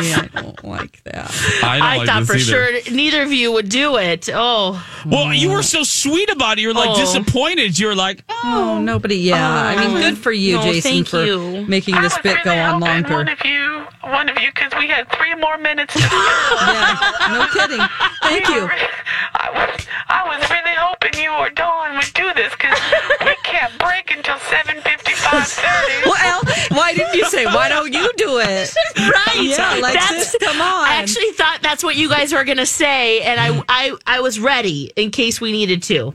[SPEAKER 3] See, I don't like that.
[SPEAKER 6] I, don't
[SPEAKER 4] I
[SPEAKER 6] like
[SPEAKER 4] thought
[SPEAKER 6] this
[SPEAKER 4] for
[SPEAKER 6] either.
[SPEAKER 4] sure neither of you would do it. Oh,
[SPEAKER 6] Well, you were so sweet about it. You're like
[SPEAKER 4] Oh.
[SPEAKER 6] disappointed. You're like,
[SPEAKER 3] Oh, nobody. Yeah, I mean, good for you,
[SPEAKER 4] No,
[SPEAKER 3] Jason,
[SPEAKER 4] thank
[SPEAKER 3] for
[SPEAKER 4] you.
[SPEAKER 3] making this bit go on longer.
[SPEAKER 8] One of you, one of you, because we had three more minutes. To go.
[SPEAKER 3] yeah, no kidding. Thank you.
[SPEAKER 8] I was, I was really hoping you or Dawn would do this because we can't break until seven fifty-five thirty.
[SPEAKER 3] Well, why didn't you say? Why don't you do it?
[SPEAKER 4] right.
[SPEAKER 3] Yeah, Alexis, come on.
[SPEAKER 4] I actually thought that's what you guys were gonna say, and I I I was ready in case we needed to.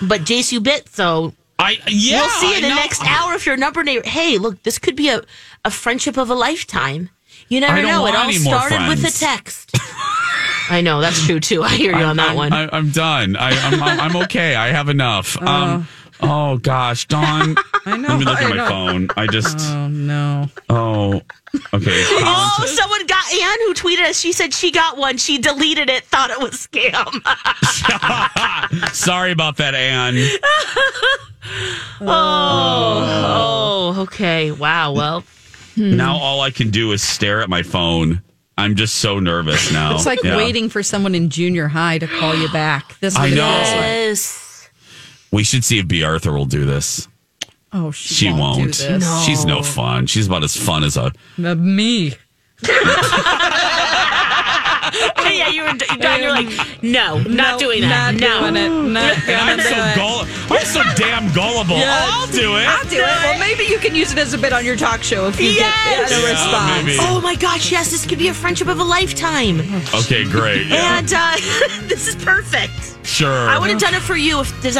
[SPEAKER 4] But Jace, you bit so.
[SPEAKER 6] I yeah.
[SPEAKER 4] we'll see
[SPEAKER 6] I
[SPEAKER 4] in the
[SPEAKER 6] know.
[SPEAKER 4] next hour if your number neighbor. Hey, look, this could be a, a friendship of a lifetime. You never
[SPEAKER 6] I don't
[SPEAKER 4] know. It
[SPEAKER 6] want
[SPEAKER 4] all
[SPEAKER 6] any more
[SPEAKER 4] started with a
[SPEAKER 6] friends.
[SPEAKER 4] text. I know that's true too. I hear you on that
[SPEAKER 6] I'm,
[SPEAKER 4] one.
[SPEAKER 6] I, am done. I, I'm, I'm I'm okay. I have enough. Um, oh gosh, Dawn. I
[SPEAKER 3] know,
[SPEAKER 6] Let me look
[SPEAKER 3] I
[SPEAKER 6] at my
[SPEAKER 3] know.
[SPEAKER 6] phone. I just. Oh
[SPEAKER 3] no.
[SPEAKER 6] Oh. Okay. Um,
[SPEAKER 4] Oh, someone got Anne who tweeted us. She said she got one. She deleted it, thought it was scam.
[SPEAKER 6] Oh. Sorry about that, Anne.
[SPEAKER 4] Oh, oh, okay. Wow. Well,
[SPEAKER 6] Now all I can do is stare at my phone. I'm just so nervous now.
[SPEAKER 3] It's like
[SPEAKER 6] Yeah.
[SPEAKER 3] waiting for someone in junior high to call you back. This is
[SPEAKER 6] I
[SPEAKER 3] what it
[SPEAKER 6] know.
[SPEAKER 3] feels like.
[SPEAKER 6] We should see if B. Arthur will do this.
[SPEAKER 3] Oh, she,
[SPEAKER 6] She
[SPEAKER 3] won't.
[SPEAKER 6] won't.
[SPEAKER 3] Do this.
[SPEAKER 6] She's no fun. She's about as fun as a.
[SPEAKER 3] Uh, me.
[SPEAKER 4] yeah, you were done. You're like, no, not doing that.
[SPEAKER 3] Um, Not doing it.
[SPEAKER 4] no,
[SPEAKER 3] Not
[SPEAKER 6] And I'm
[SPEAKER 3] gonna
[SPEAKER 6] so
[SPEAKER 3] do it.
[SPEAKER 6] gull- I'm so damn gullible.
[SPEAKER 3] Yeah.
[SPEAKER 6] I'll do it.
[SPEAKER 3] I'll do it. Well, maybe you can use it as a bit on your talk show if you
[SPEAKER 4] Yes.
[SPEAKER 3] get a
[SPEAKER 6] Yeah,
[SPEAKER 3] response.
[SPEAKER 6] maybe.
[SPEAKER 4] Oh my gosh, yes, this could be a friendship of a lifetime.
[SPEAKER 6] Okay, great. Yeah,
[SPEAKER 4] And uh, this is perfect.
[SPEAKER 6] sure.
[SPEAKER 4] I would have done it for you if does